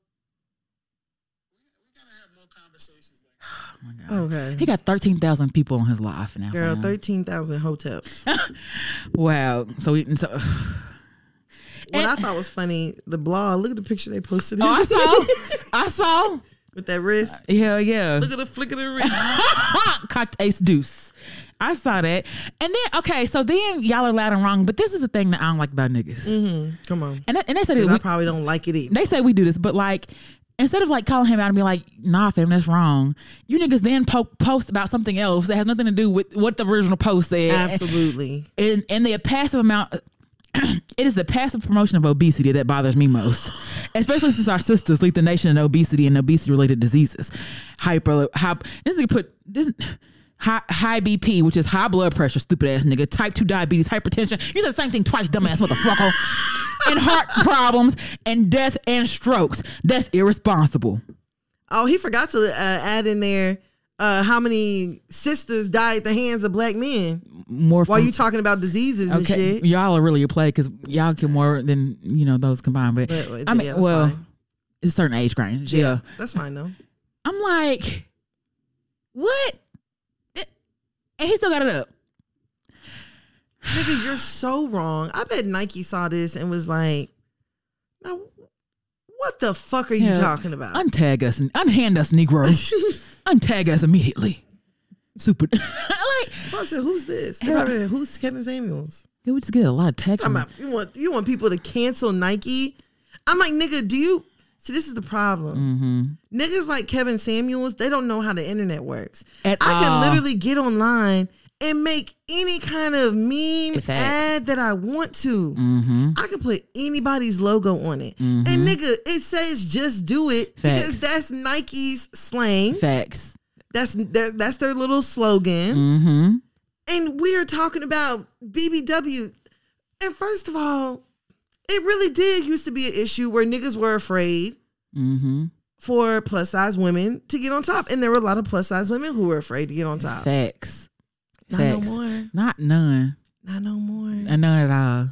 we, we gotta have more conversations like that.
Oh my god.
Okay.
He got thirteen thousand people on his live now.
Girl,
fam.
13,000 hotels. [LAUGHS]
Wow. So we so. oh,
What
And-
I thought was funny, the blog. Look at the picture they [LAUGHS] posted.
Oh, I saw. I saw.
with that wrist.
Hell yeah.
[LAUGHS]
[LAUGHS]
Look at the flick of the wrist.
Cocked ace deuce. I saw that. And then, okay, so then y'all are loud and wrong, but this is the thing that I don't like about niggas.
Mhm. [LAUGHS] Come on, [LAUGHS]
And, they- and they said,
'Cause
that
I
we,
[LAUGHS] probably don't like it either.
they say we do this, but like, instead of like calling him out and be like, nah, fam, that's wrong. You niggas then po- post about something else that has nothing to do with what the original post said.
Absolutely.
And, and the passive amount, [CLEARS THROAT] it is the passive promotion of obesity that bothers me most, especially since our sisters lead the nation in obesity and obesity related diseases. Hyper, hyp, this nigga put this. High, high BP, which is high blood pressure, stupid ass nigga. Type 2 diabetes, hypertension. You said the same thing twice, dumbass motherfucker. and heart problems, and death, and strokes. That's irresponsible.
Oh, he forgot to uh, add in there uh, how many sisters died at the hands of black men.
More
While
from-
you talking about diseases and
Mm. Okay,
shit,
y'all are really a play because y'all can more than you know those combined. But,
But, uh,
I mean,
yeah, that's
well,
fine.
it's a certain age range. yeah.
that's fine though.
I'm like, what? It- And he still got it up.
Nigga, you're so wrong. I bet Nike saw this and was like, now, what the fuck are you
Yeah.
talking about? [LAUGHS]
Untag us, unhand us, Negro. Untag us immediately. Super. [LAUGHS] like,
I said, who's this? They
Hell-
probably like, who's Kevin Samuels?
we just get a lot of text.
Talking
from-
about, you want you want people to cancel Nike? I'm like, nigga, do you see this is the problem.
Mm-hmm, Hmm.
Niggas like Kevin Samuels, they don't know how the internet works.
At
I can
all.
literally get online and make any kind of meme
Facts.
ad that I want to.
Hmm. mm-hmm.
I can put anybody's logo on it. And nigga, it says just do it
Facts.
because that's Nike's slang.
Facts.
That's their, that's their little slogan
Mm-hmm.
and we're talking about BBW. And first of all, it really did used to be an issue where niggas were afraid
Mm-hmm.
for plus size women to get on top. And there were a lot of plus size women who were afraid to get on top.
Facts.
Not
Facts.
no more.
Not none.
Not no more.
Uh, None at all.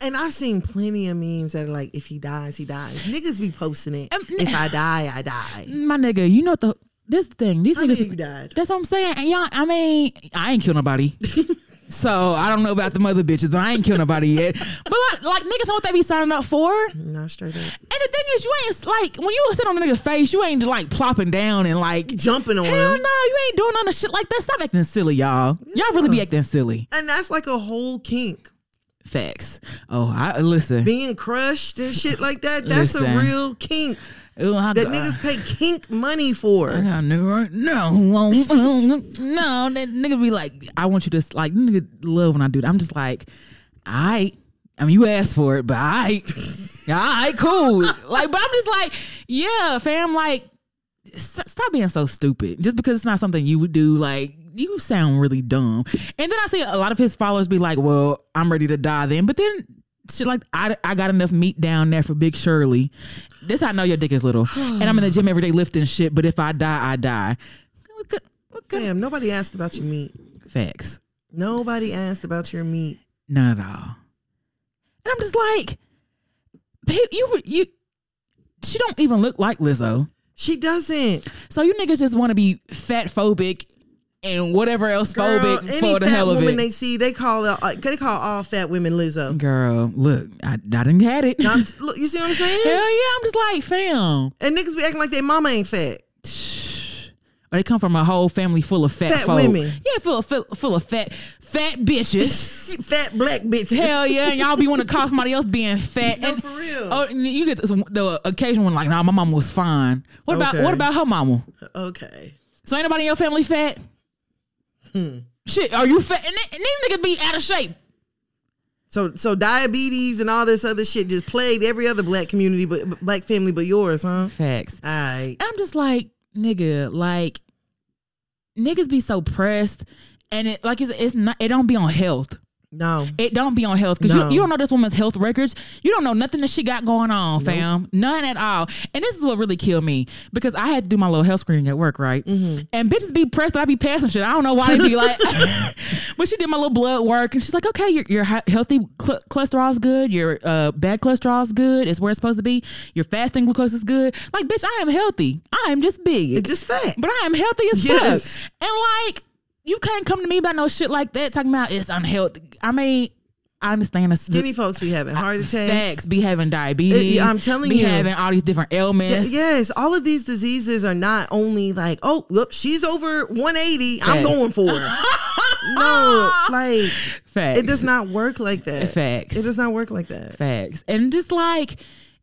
And I've seen plenty of memes that are like, if he dies, he dies. Niggas be posting it.
Um,
if I die, I die.
My nigga, you know what the this thing. These
I knew
niggas.
you died.
That's what I'm saying. And y'all, I mean, I ain't killed nobody. so I don't know about the mother bitches, but I ain't killed nobody yet. But like, like niggas know what they be signing up for. And
Not straight up.
the thing is, you ain't like when you sit on a nigga's face, you ain't like plopping down and like
Jumping on
hell no,
him.
you ain't doing none of shit like that. Stop acting silly, y'all. Y'all really be acting silly.
And that's like a whole kink.
Facts. Oh, I listen.
Being crushed and shit like that. That's
Listen.
a real kink.
Ooh, I,
that
uh,
niggas pay kink money for.
I got a nigga right now. [LAUGHS] No, no, that nigga be like, I want you to like nigga love when I do that. I'm just like, I, I mean, you asked for it, but I, [LAUGHS] I cool. Like, but I'm just like, yeah, fam. Like, s- stop being so stupid. Just because it's not something you would do, like. You sound really dumb, and then I see a lot of his followers be like, "Well, I'm ready to die then." But then, shit like, I, I got enough meat down there for Big Shirley. This how I know your dick is little, and I'm in the gym every day lifting shit. But if I die, I die. What good- what good-
Damn, nobody asked about your meat.
Facts.
Nobody asked about your meat.
None at all. And I'm just like, babe, you you. She don't even look like Lizzo.
She doesn't.
So you niggas just want to be fat phobic and whatever else
Girl,
phobic
any
for the
fat
hell of
woman
it.
they see, they call out, uh, they call all fat women Lizzo.
Girl, look, I, I didn't had it.
Now, I'm t- look, you see what I'm saying?
[LAUGHS] Hell yeah, I'm just like, fam.
And niggas be acting like their mama ain't fat.
Or they come from a whole family full of fat,
Fat
folk.
women.
Yeah, full of full, full of fat fat
[LAUGHS]
bitches.
fat black bitches.
Hell yeah, and y'all be want to call somebody else being fat.
No,
and,
for real.
Oh, and you get this, the occasional one like, nah, my mama was fine. What about
Okay.
what about her mama?
Okay.
So ain't nobody in your family fat?
Hmm.
Shit, are you fat? And, th- and these niggas be out of shape.
So so diabetes and all this other shit just plagued every other black community, but but black family, but yours, huh?
Facts.
All right.
And I'm just like, nigga, like niggas be so pressed. And it like you said, it's not it don't be on health.
No.
It don't be on health. Cause
No.
you, you don't know this woman's health records. You don't know nothing that she got going on, fam. None at all. And this is what really killed me. Because I had to do my little health screening at work, right? And bitches be pressed that I be passing shit. I don't know why they be like [LAUGHS] But she did my little blood work and she's like, okay, your, your hi- healthy cl- cholesterol's good. Your uh, bad cholesterol's good. It's where it's supposed to be. Your fasting glucose is good. Like, bitch, I am healthy. I am just big.
It's just fat.
But I am healthy as
Yes.
fuck. And like, you can't come to me about no shit like that talking about it's unhealthy. I mean, I understand it's
Skinny folks be having heart attacks.
facts, be having diabetes.
Uh, yeah, I'm telling
be
you.
having all these different
Y-
ailments.
Yes, all of these diseases are not only like, oh, whoop, she's over 180. I'm
Facts.
going for
[LAUGHS]
her. no, like
Facts.
it does not work like that.
Facts.
It does not work like that.
Facts. And just like,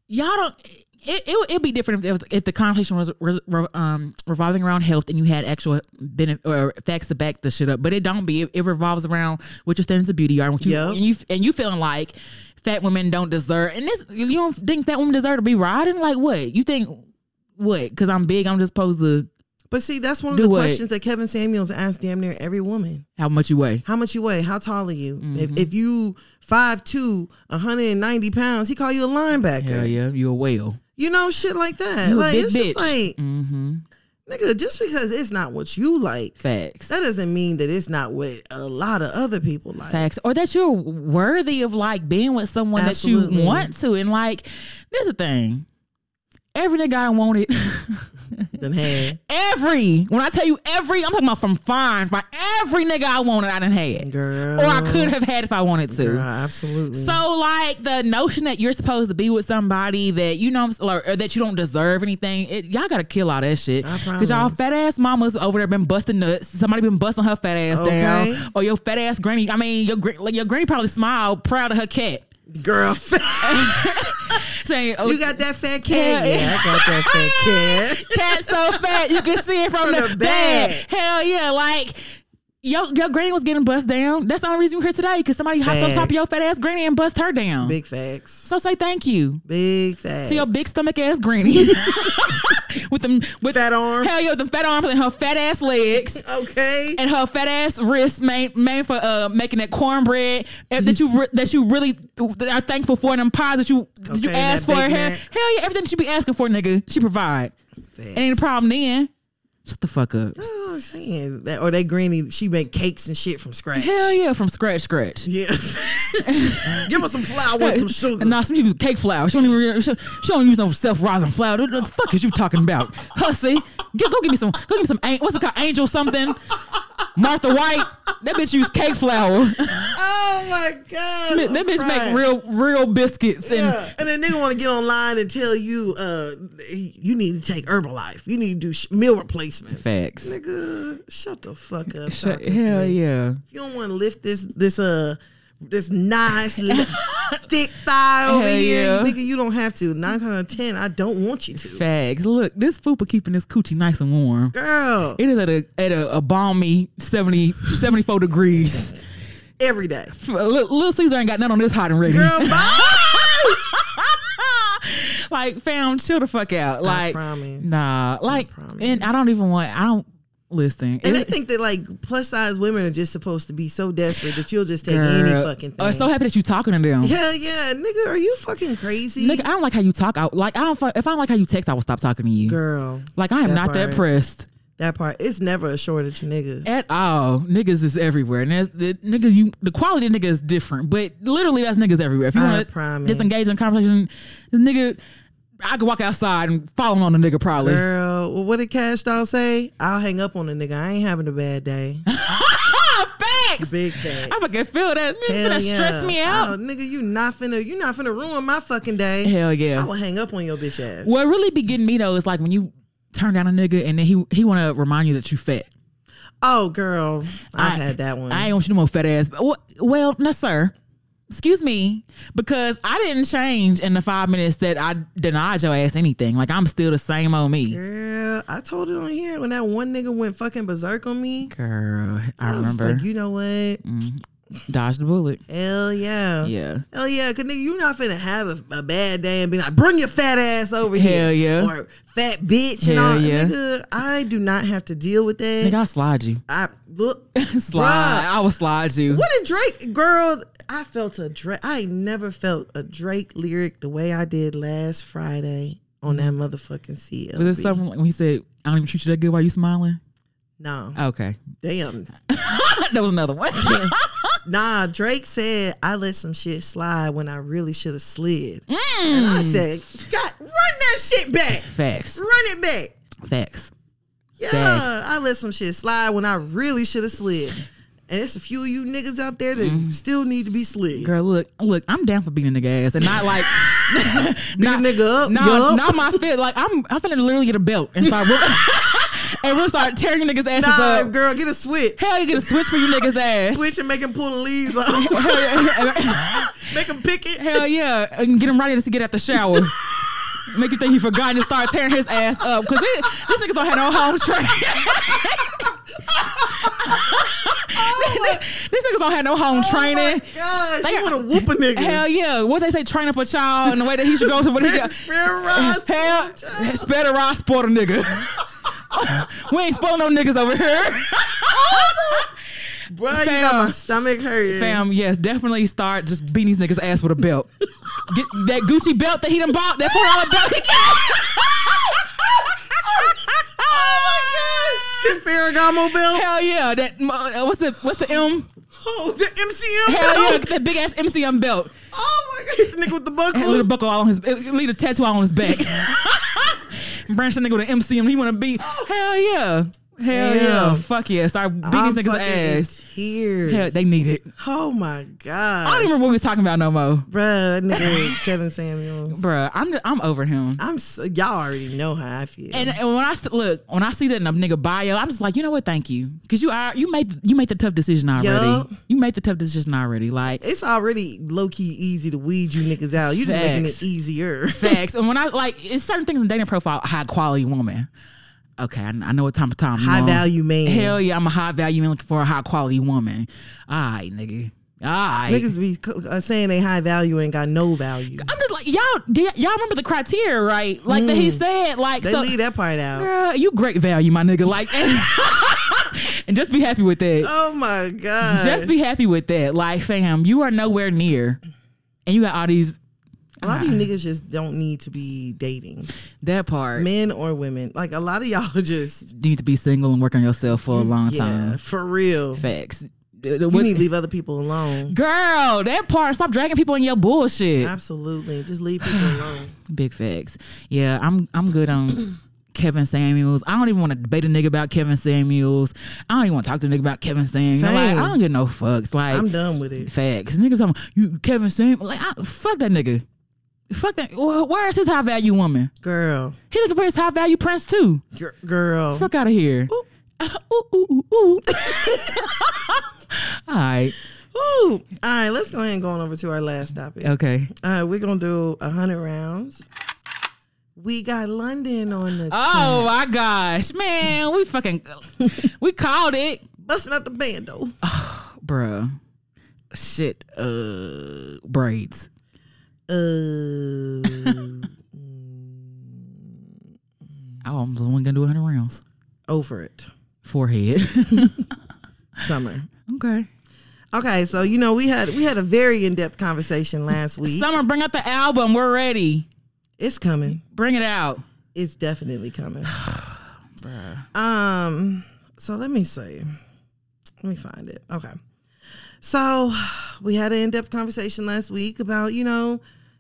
y'all don't. it it would be different if, if the conversation was re, re- um, revolving around health and you had actual benefit or facts to back the shit up. But it don't be. It, it revolves around what your standards of beauty are, and what you
Yep.
and you and you feeling like fat women don't deserve. And this you don't think fat women deserve to be riding like what you think what? Because I'm big, I'm just supposed to
But see, that's one of
Do
the
what?
questions that Kevin Samuels asked damn near every woman.
how much you weigh.
How much you weigh? How tall are you?
Mm-hmm.
If, if you 5'2", 190 pounds, he call you a linebacker.
Hell yeah, you a whale.
You know, shit like that.
You a
like
big
it's
bitch.
just like,
Mm-hmm.
nigga, just because it's not what you like,
Facts.
that doesn't mean that it's not what a lot of other people like.
facts or that you're worthy of like being with someone that
Absolutely.
you want to and like there's the thing every nigga i wanted [LAUGHS]
Than had.
every when i tell you every i'm talking about from fine by every nigga i wanted i didn't had
Girl.
or Oh, i could have had if i wanted to
Girl, absolutely.
so like the notion that you're supposed to be with somebody that you know what I'm s- or, or that you don't deserve anything, it, y'all gotta kill all that shit.
I
Cause y'all
promise.
fat ass mamas over there been busting nuts. Somebody been busting her fat ass
Okay.
down, or your fat ass granny. I mean, your gr- like your granny probably smiled proud of her cat,
Girl, [LAUGHS]
saying, "Oh,
you got that fat cat? Yeah, I got that
[LAUGHS]
fat cat.
cat
[LAUGHS]
so fat you can see it from,
From
the, bed.
the bed.
Hell yeah, like. Your, your granny was getting bust down. That's the only reason we're here today because somebody hopped on top of
Facts.
your fat ass granny and bust her down.
Big facts.
so say thank you.
Big facts.
to your big stomach ass granny [LAUGHS] with them with
fat arm.
hell yo with them fat arms and her fat ass legs
Okay.
and her fat ass wrists made made for uh making that cornbread eh, that you re- that you really th- are thankful for and them pies that you that you
Okay,
asked for
that
hell,
Big
hell
Mac.
yeah everything that you be asking for nigga she provide it ain't a problem then shut the fuck up
That's what Oh, I'm saying. That, or that granny, she make cakes and shit from scratch.
hell yeah from scratch scratch
yeah. [LAUGHS] Give her some flour
[LAUGHS]
and some sugar.
And nah, some people cake flour. She don't even she, she don't use no self rising flour. What the fuck is you talking about, hussy? Get, go give me some. Go give me some. an- What's it called? Angel something. Martha White. That bitch use cake flour. [LAUGHS] that
Oh my god. I'm
bitch
crying.
make real real biscuits and.
Yeah. And then nigga want to get online and tell you, uh, you need to take Herbalife. You need to do sh- meal replacements.
Facts.
Nigga, shut the fuck up.
Sh-
talking to
Hell
me.
yeah.
If you don't want to lift this, this uh, this
[LAUGHS]
nice li- thick thigh over
Hell
here,
yeah.
nigga. You don't have to. Nine out of ten, I don't want you to.
Facts. Look, this fupa keeping this coochie nice and warm.
Girl,
It is at a at a, a balmy 70, 74 degrees. [LAUGHS]
every day.
F- Lil Lil Caesar ain't got none on this hot and ready.
Girl, bye.
[LAUGHS] like, fam, chill the fuck out. Like,
promise.
nah, like,
promise.
and I don't even want. I don't listen.
And I
It-
think that like plus size women are just supposed to be so desperate that you'll just take any
girl,
fucking thing.
I'm so happy that you talking to them.
Hell yeah, nigga, are you fucking crazy?
Nigga, I don't like how you talk. I, like, I don't. fu- If I don't like how you text, I will stop talking to you.
Girl,
like, I am
that
not that
part.
pressed
that part. It's never a shortage of niggas.
at all. Niggas is everywhere, and that's the nigga. You the quality of nigga is different, but literally, that's niggas everywhere. If you
I
want to
promise.
just engage in conversation, this nigga, I could walk outside and fall on a nigga probably.
Girl, well, what did Cash Doll say? I'll hang up on a nigga. I ain't having a bad day.
Ah, Facts.
Big facts.
I fucking feel that. Nigga,
Hell
that stress
yeah.
me out.
Oh, nigga, you not finna you not finna ruin my fucking day.
Hell
I
yeah.
will hang up on your bitch ass.
What really be getting me though is like when you turn down a nigga and then he he want to remind you that you fat.
Oh girl, I've
I-
had that one.
I ain't want you no more fat ass. But what, well, no sir. Excuse me, because I didn't change in the five minutes that I denied your ass anything. Like I'm still the same on me.
Girl, I told it on here when that one nigga went fucking berserk on me.
Girl, I,
I, was just
remember.
like, you know what?
Dodged the bullet.
Hell yeah.
Yeah.
Hell yeah, cause nigga, you not finna have a, a bad day and be like, bring your fat ass over here.
Hell yeah.
Or fat bitch and
Hell
all.
yeah.
Nigga, I do not have to deal with that.
Nigga, I slide you.
I look.
[LAUGHS] Slide.
Bruh.
I will slide you.
What a Drake girl! I felt a Drake. I ain't never felt a Drake lyric the way I did last Friday on that motherfucking CLB.
Mm-hmm. Was it something like when he said, I don't even treat you that good while you smiling?
no,
Okay. [LAUGHS]
damn.
that was another one.
Nah, Drake said I let some shit slide when I really should have slid. And I
Mm.
said, God, run that shit back.
Facts.
Run it back.
Facts.
Yeah,
Facts.
I let some shit slide when I really should have slid. And it's a few of you niggas out there that still need to be slid.
Mm. Girl, look, look, I'm down for beating a nigga ass and
[LAUGHS]
not like not,
nigga up, you
Nah,
up?
not my fit. Like I'm I'm finna literally get a belt and start whoop- [LAUGHS] and we'll start tearing niggas asses
Nah,
up.
girl, get a switch.
Hell you get a switch for you niggas ass.
Switch and make him pull
[LAUGHS]
the leaves off.
Hell yeah.
make him pick it.
Hell yeah. And get them ready to get out the shower. Make you think he forgot and start tearing his ass up because this niggas don't have no home [LAUGHS]
Oh
training. These niggas don't have no home training.
God,
They
Oh you
got-
want to whoop a nigga.
Hell yeah! What they say, train up a child in the way that he should go to what he
[LAUGHS]
got.
Spirit rise,
Hell,
poor child.
better I sport a nigga. we ain't spoiling no niggas over here.
Bruh, you got my
fam.
stomach hurting.
Fam, yes, definitely start just beating these niggas ass with a belt. Get that Gucci belt that he done bought, that four dollar belt. He got.
The Ferragamo [LAUGHS] belt.
Hell yeah! That uh, what's the what's the M?
Oh, the MCM
Hell yeah!
belt.
That big ass MCM belt.
Oh my god, the nigga with the buckle.
And leave a buckle all on his, leave a tattoo all on his
[LAUGHS]
back. Branch that nigga with an MCM. He want to be. Hell yeah! Hell
Damn.
yeah! Fuck yeah! Start beating
I'm
these niggas
fucking in
ass.
Tears.
Hell, they need it.
Oh my god.
I don't even remember what we was talking about no more.
Bruh, that nigga Kevin Samuels.
Bruh, I'm I'm over him.
I'm so, y'all already know how I feel.
And, and when I s- look, when I see that in a nigga bio, I'm just like, you know what? Thank you, because you are you made you made the tough decision already.
Yup.
You made the tough decision already. Like
it's already low key easy to weed you niggas out. You just making it
Facts.
easier.
facts. and when I like, it's certain things in dating profile, high quality woman. Okay, I, I know what time of time. I'm
High
on.
value man.
Hell yeah, I'm a high value man looking for a high quality woman. All right, nigga. All right.
Niggas be co- uh, saying they high value ain't got no value.
I'm just like y'all. do y- Y'all remember the criteria, right? Like that he said. Like
Mm. They
so,
leave that part out.
Girl, you great value, my nigga. Like, [LAUGHS] and just be happy with that.
Oh my god.
Just be happy with that. Like, fam, you are nowhere near, and you got all these
a lot of you niggas just don't need to be dating,
that part.
men or women. Like a lot of y'all [LAUGHS] are just
You need to be single and work on yourself for a long
yeah,
time.
for real.
Facts. The- the-
You
what-
need to leave other people alone.
girl, that part. Stop dragging people in your bullshit.
Absolutely, just
[SIGHS]
leave people alone.
Big facts. Yeah, I'm I'm good on [CLEARS THROAT] Kevin Samuels. I don't even want to debate a nigga about Kevin Samuels. I don't even want to talk to a nigga about Kevin Samuels. Like,
Same.
I don't get no fucks. Like
I'm done with it.
Facts. Niggas talking about, you Kevin Sam like I, fuck that nigga. Fuck that. Where- Where is his high value woman?
Girl,
He looking for his high value prince too.
gir- girl.
Fuck out of here.
Ooh.
[LAUGHS] ooh, ooh, ooh, ooh. [LAUGHS] All right.
Ooh. All right, let's go ahead and go on over to our last topic.
Okay.
All right, we're gonna do hundred rounds. We got London on the
Oh my gosh, man, we fucking we called it,
busting up the bando.
bruh. Shit, uh, braids.
Uh, mm,
Oh, I'm the one gonna do 100 rounds.
over it.
Forehead.
Summer.
[LAUGHS] okay.
Okay, so you know we had we had a very in depth conversation last week.
Summer, bring out the album. We're ready.
it's coming.
Bring it out.
It's definitely coming. um. So let me see. Let me find it. Okay. So we had an in depth conversation last week about you know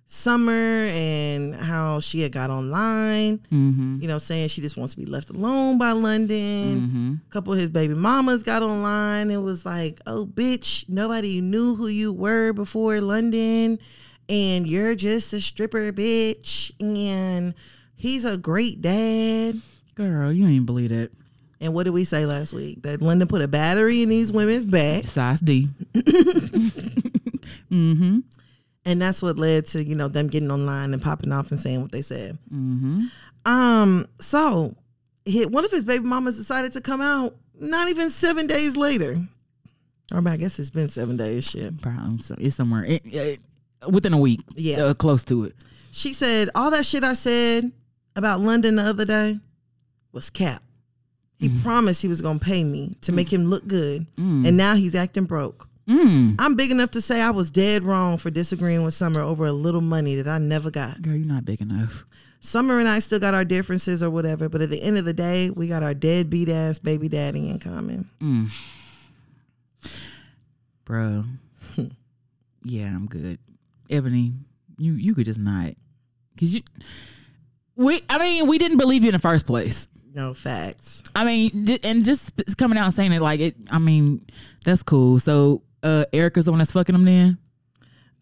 summer and how she had got online.
Mm-hmm.
You know, saying she just wants to be left alone by London.
Mm-hmm.
A couple of his baby mamas got online and was like, "Oh, bitch, nobody knew who you were before London, and you're just a stripper, bitch." And he's a great dad.
Girl, you ain't believe it.
And what did we say last week? That London put a battery in these women's backs,
Size [LAUGHS] D. mm-hmm.
and that's what led to you know them getting online and popping off and saying what they said.
Mm-hmm.
Um, so he, one of his baby mamas decided to come out. Not even seven days later, or I guess it's been seven days. Shit.
Problem. So it's somewhere it, it, within a week.
Yeah.
Uh, close to it.
She said, All that shit I said about London the other day was cap. He promised he was going to pay me to make him look good, and now he's acting broke.
Mm.
I'm big enough to say I was dead wrong for disagreeing with Summer over a little money that I never got.
Girl, you're not big enough.
Summer and I still got our differences or whatever, but at the end of the day, we got our deadbeat ass baby daddy in common.
Bro. yeah, I'm good. Ebony, you you could just not. Cause you we I mean, we didn't believe you in the first place.
No facts.
I mean, ju- and just sp- coming out and saying it like it I mean, that's cool. So uh Erica's the one that's fucking him then?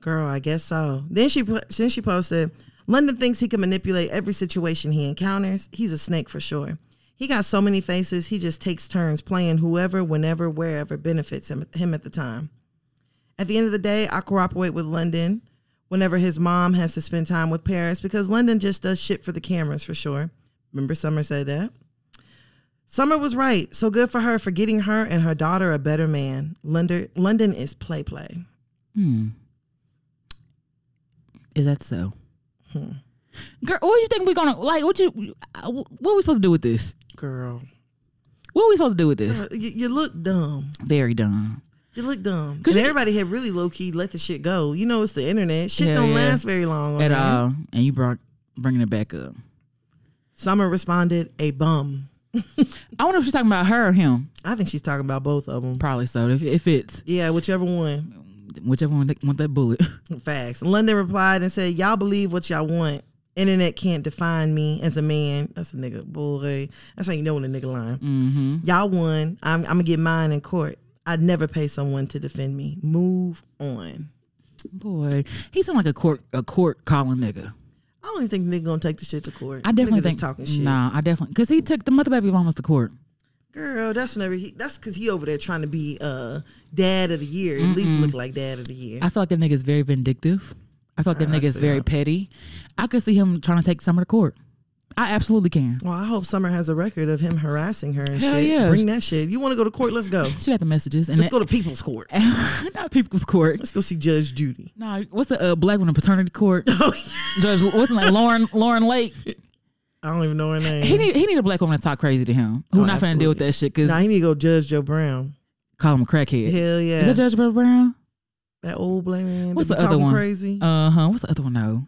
Girl, I guess so. Then she put- then she posted, London thinks he can manipulate every situation he encounters. He's a snake for sure. He got so many faces. He just takes turns playing whoever, whenever, wherever benefits him, him at the time. At the end of the day, I cooperate with London. When whenever his mom has to spend time with Paris because London just does shit for the cameras for sure. Remember, Summer said that? Summer was right. So good for her for getting her and her daughter a better man. London, London is play play.
Hmm. Is that so? Girl, what do you think we're gonna like? What you? What we supposed to do with this?
Girl,
What are we supposed to do with this?
you, you look dumb.
Very dumb.
You look dumb.
'Cause
And
you-
everybody had really low key let the shit go. You know, it's the internet. Shit
Hell
don't
yeah.
last very long.
At
okay?
all, and you brought bringing it back up.
Summer responded, a bum.
I wonder if she's talking about her or him.
I think she's talking about both of them.
Probably so. If if it's
Yeah, whichever one.
whichever one that want that bullet. [LAUGHS]
Facts. London replied and said, Y'all believe what y'all want. Internet can't define me as a man. That's a nigga. Boy, that's how you know when a nigga lying.
Mm-hmm.
Y'all won. I'm, I'm going to get mine in court. I'd never pay someone to defend me. Move on.
Boy, he sound like a court a court calling nigga.
I don't even think nigga going to take the shit to court.
I definitely
Nigga
think
just talking shit.
Nah, I definitely because he took the mother baby mamas to court.
Girl, that's whenever he. That's because he over there trying to be uh dad of the year. At least look like dad of the year.
I feel like that nigga is very vindictive. I feel like that nigga is
see
very
that.
petty. I could see him trying to take Summer to court. I absolutely can.
well, I hope Summer has a record of him harassing her and
Hell
shit.
yeah.
Bring that shit. You want to go to court? Let's go.
She got the messages and
Let's
that,
go to people's court.
[LAUGHS] not people's court.
Let's go see Judge
[LAUGHS]
Judy. [LAUGHS]
Nah, what's the uh, black one in paternity court?
Oh, yeah.
Judge, what's her name? Lauren Lauren Lake.
I don't even know her name.
He need he need a black woman to talk crazy to him. Who
Oh,
not finna deal with
absolutely.
that shit? Cause
nah, he need to go judge Joe Brown.
call him a crackhead.
Hell yeah.
Is that Judge Brett Brown?
that old black man. that
What's
be
the other
talking
one?
Crazy.
Uh huh. What's the other one though?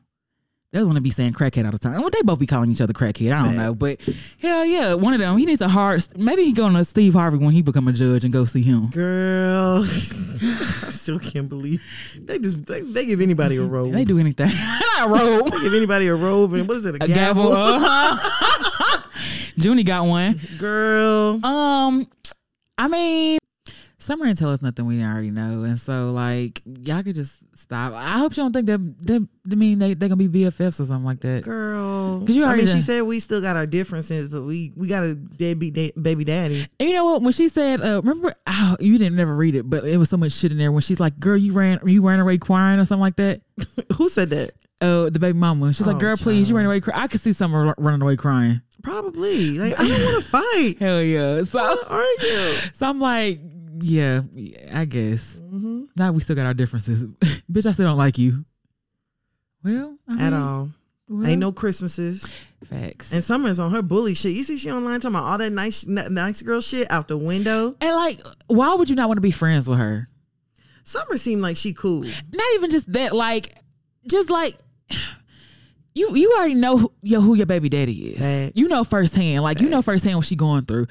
They want to be saying crackhead all the time. Well, they both be calling each other crackhead. I don't know, but hell yeah, one of them. He needs a hard. Maybe he going to Steve Harvey when he become a judge and go see him.
Girl, [LAUGHS] I still can't believe they just they, they give anybody a robe.
They do anything. [LAUGHS] Not a robe.
They give anybody a robe and what is
[LAUGHS]
it? A,
A gavel. Uh huh. [LAUGHS] Junie got one.
Girl,
Um, I mean, Summer didn't tell us nothing we already know, and so like y'all could just stop. I hope you don't think that that, that mean they they gonna be BFFs or something like that.
girl.
'Cause you
I
already
mean, she
done-
said we still got our differences, but we we got a deadbeat da-
[LAUGHS]
baby daddy.
And you know what? When she said, uh, remember, oh, you didn't never read it, but it was so much shit in there. When she's like, "Girl, you ran, you ran away crying" or something like that.
Who said that?
Oh, the baby mama. She's like,
Oh,
"Girl, please, you ran away crying." I could see someone r- running away crying.
Probably. Like I
[LAUGHS]
don't want to fight.
Hell yeah!
How
So,
are you?
[LAUGHS] so I'm like, yeah, yeah, I guess.
Mm-hmm.
Now we still got our differences, [LAUGHS] bitch. I still don't like you. Well, I
At
mean,
all.
Mm-hmm. well,
Ain't no Christmases.
facts.
And Summer's on her bully shit. You see, she online talking about all that nice, n- nice girl shit out the window.
and like, why would you not want to be friends with her?
Summer seemed like she cool.
not even just that like just like you you already know who, yo, who your baby daddy is
Facts.
you know firsthand like you know
Facts.
firsthand what she going through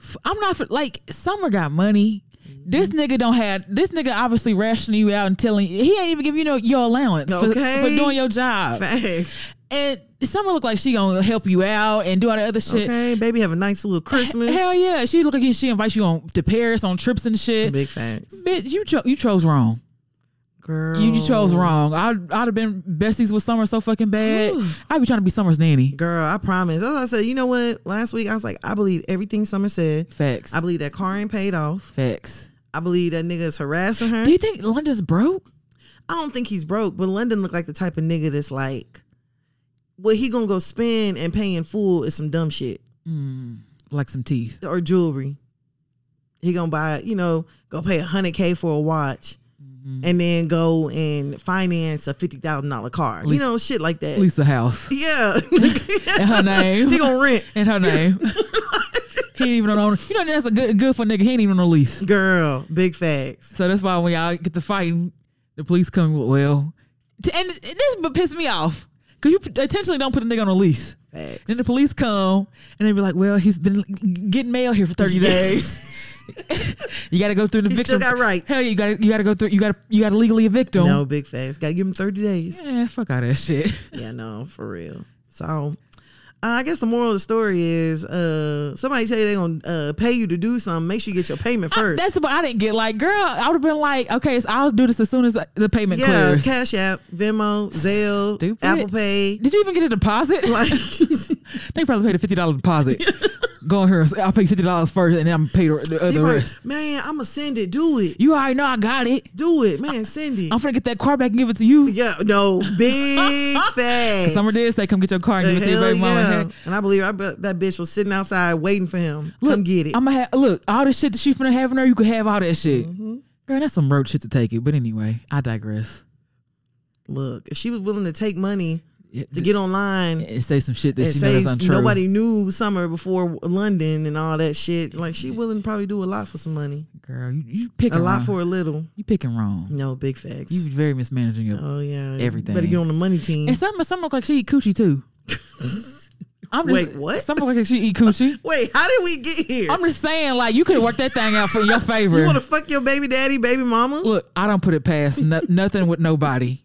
F- i'm not for, like summer got money this
Mm-hmm.
nigga don't have this nigga obviously rationing you out and telling you he ain't even giving you no, your allowance for-
Okay.
for, doing your job
Facts.
and summer look like she gonna help you out and do all the other [LAUGHS] shit
Okay, baby, have a nice little Christmas.
hell yeah she look like she invites you on to paris on trips and shit
Big facts,
bitch you, cho- you chose wrong
girl.
you, you chose wrong. I, I'd have been besties with Summer so fucking bad. I'd be trying to be Summer's nanny.
Girl, I promise. That's what I said. You know what? Last week I was like, I believe everything Summer said.
Facts.
I believe that car ain't paid off.
Facts.
I believe that nigga is harassing her.
Do you think London's broke?
I don't think he's broke, but London looked like the type of nigga that's like, what he gonna go spend and pay in full is some dumb shit
Hmm, Like some teeth.
or jewelry. He gonna buy, you know, go pay a hundred k for a watch,
Mm-hmm.
and then go and finance a fifty thousand dollar car. you
Lease-
know, shit like that.
Lisa House. [LAUGHS]
Yeah,
And her name.
he gonna rent.
and her [LAUGHS] name. he ain't even on. You know that's a good good for a nigga. He ain't even on the lease.
Girl, big facts.
So that's why when y'all get to fighting, the police come. Well, t- and this but pissed me off because you intentionally don't put a nigga on a lease.
Facts.
Then the police come and they be like, "Well, he's been getting mail here for thirty days. you got to go through the
He
victim.
still got rights.
Hell, yeah, you got to you got to go through. You got to you got to legally evict him.
[LAUGHS] No, big facts. Gotta give him 30 days.
Eh, fuck all that shit.
Yeah, no, for real. So uh, I guess the moral of the story is uh somebody tell you they gonna uh, pay you to do something, make sure you get your payment [LAUGHS] first.
Uh, That's what I didn't get. Like, girl, I would have been like, okay, so I'll do this as soon as the payment
yeah,
clears.
Cash App, Venmo, Zelle,
Stupid. [LAUGHS]
Apple Pay.
Did you even get a deposit?
Like [LAUGHS]
they probably paid a fifty dollar deposit. Go on here. I'll pay fifty dollars first, and then I'm pay the, the
They
other
probably,
rest.
man, I'ma send it. Do it.
You already know I got it.
Do it, man. Send it.
I'm gonna get that car back and give it to you.
yeah,
[LAUGHS]
no, big facts.
Summer did say, "Come get your car and
The
give it to your
hell
baby mama."
yeah.
Hey,
And I believe I bet that bitch was sitting outside waiting for him. Come get it.
I'm gonna have look all the shit that she finna have in her. You could have all that shit,
Mm-hmm.
girl. That's some road shit to take it. But anyway, I digress.
Look, if she was willing to take money
It,
to get online
it say some shit that
and
she knows
say
is untrue.
nobody knew summer before London and all that shit, like she willing to probably do a lot for some money.
girl, you, you picking
A lot
wrong.
for a little.
you picking wrong.
No, big facts.
You very mismanaging your.
oh yeah. you
Everything.
Better get on the money team.
And some some look like she eat coochie
[LAUGHS]
too. I'm just,
Wait, what?
Some look like she eat coochie.
[LAUGHS] Wait, how did we get here?
I'm just saying, like you could have worked that thing out for your favor.
[LAUGHS] you want to fuck your baby daddy, baby mama?
Look, I don't put it past
[LAUGHS]
no, nothing with nobody.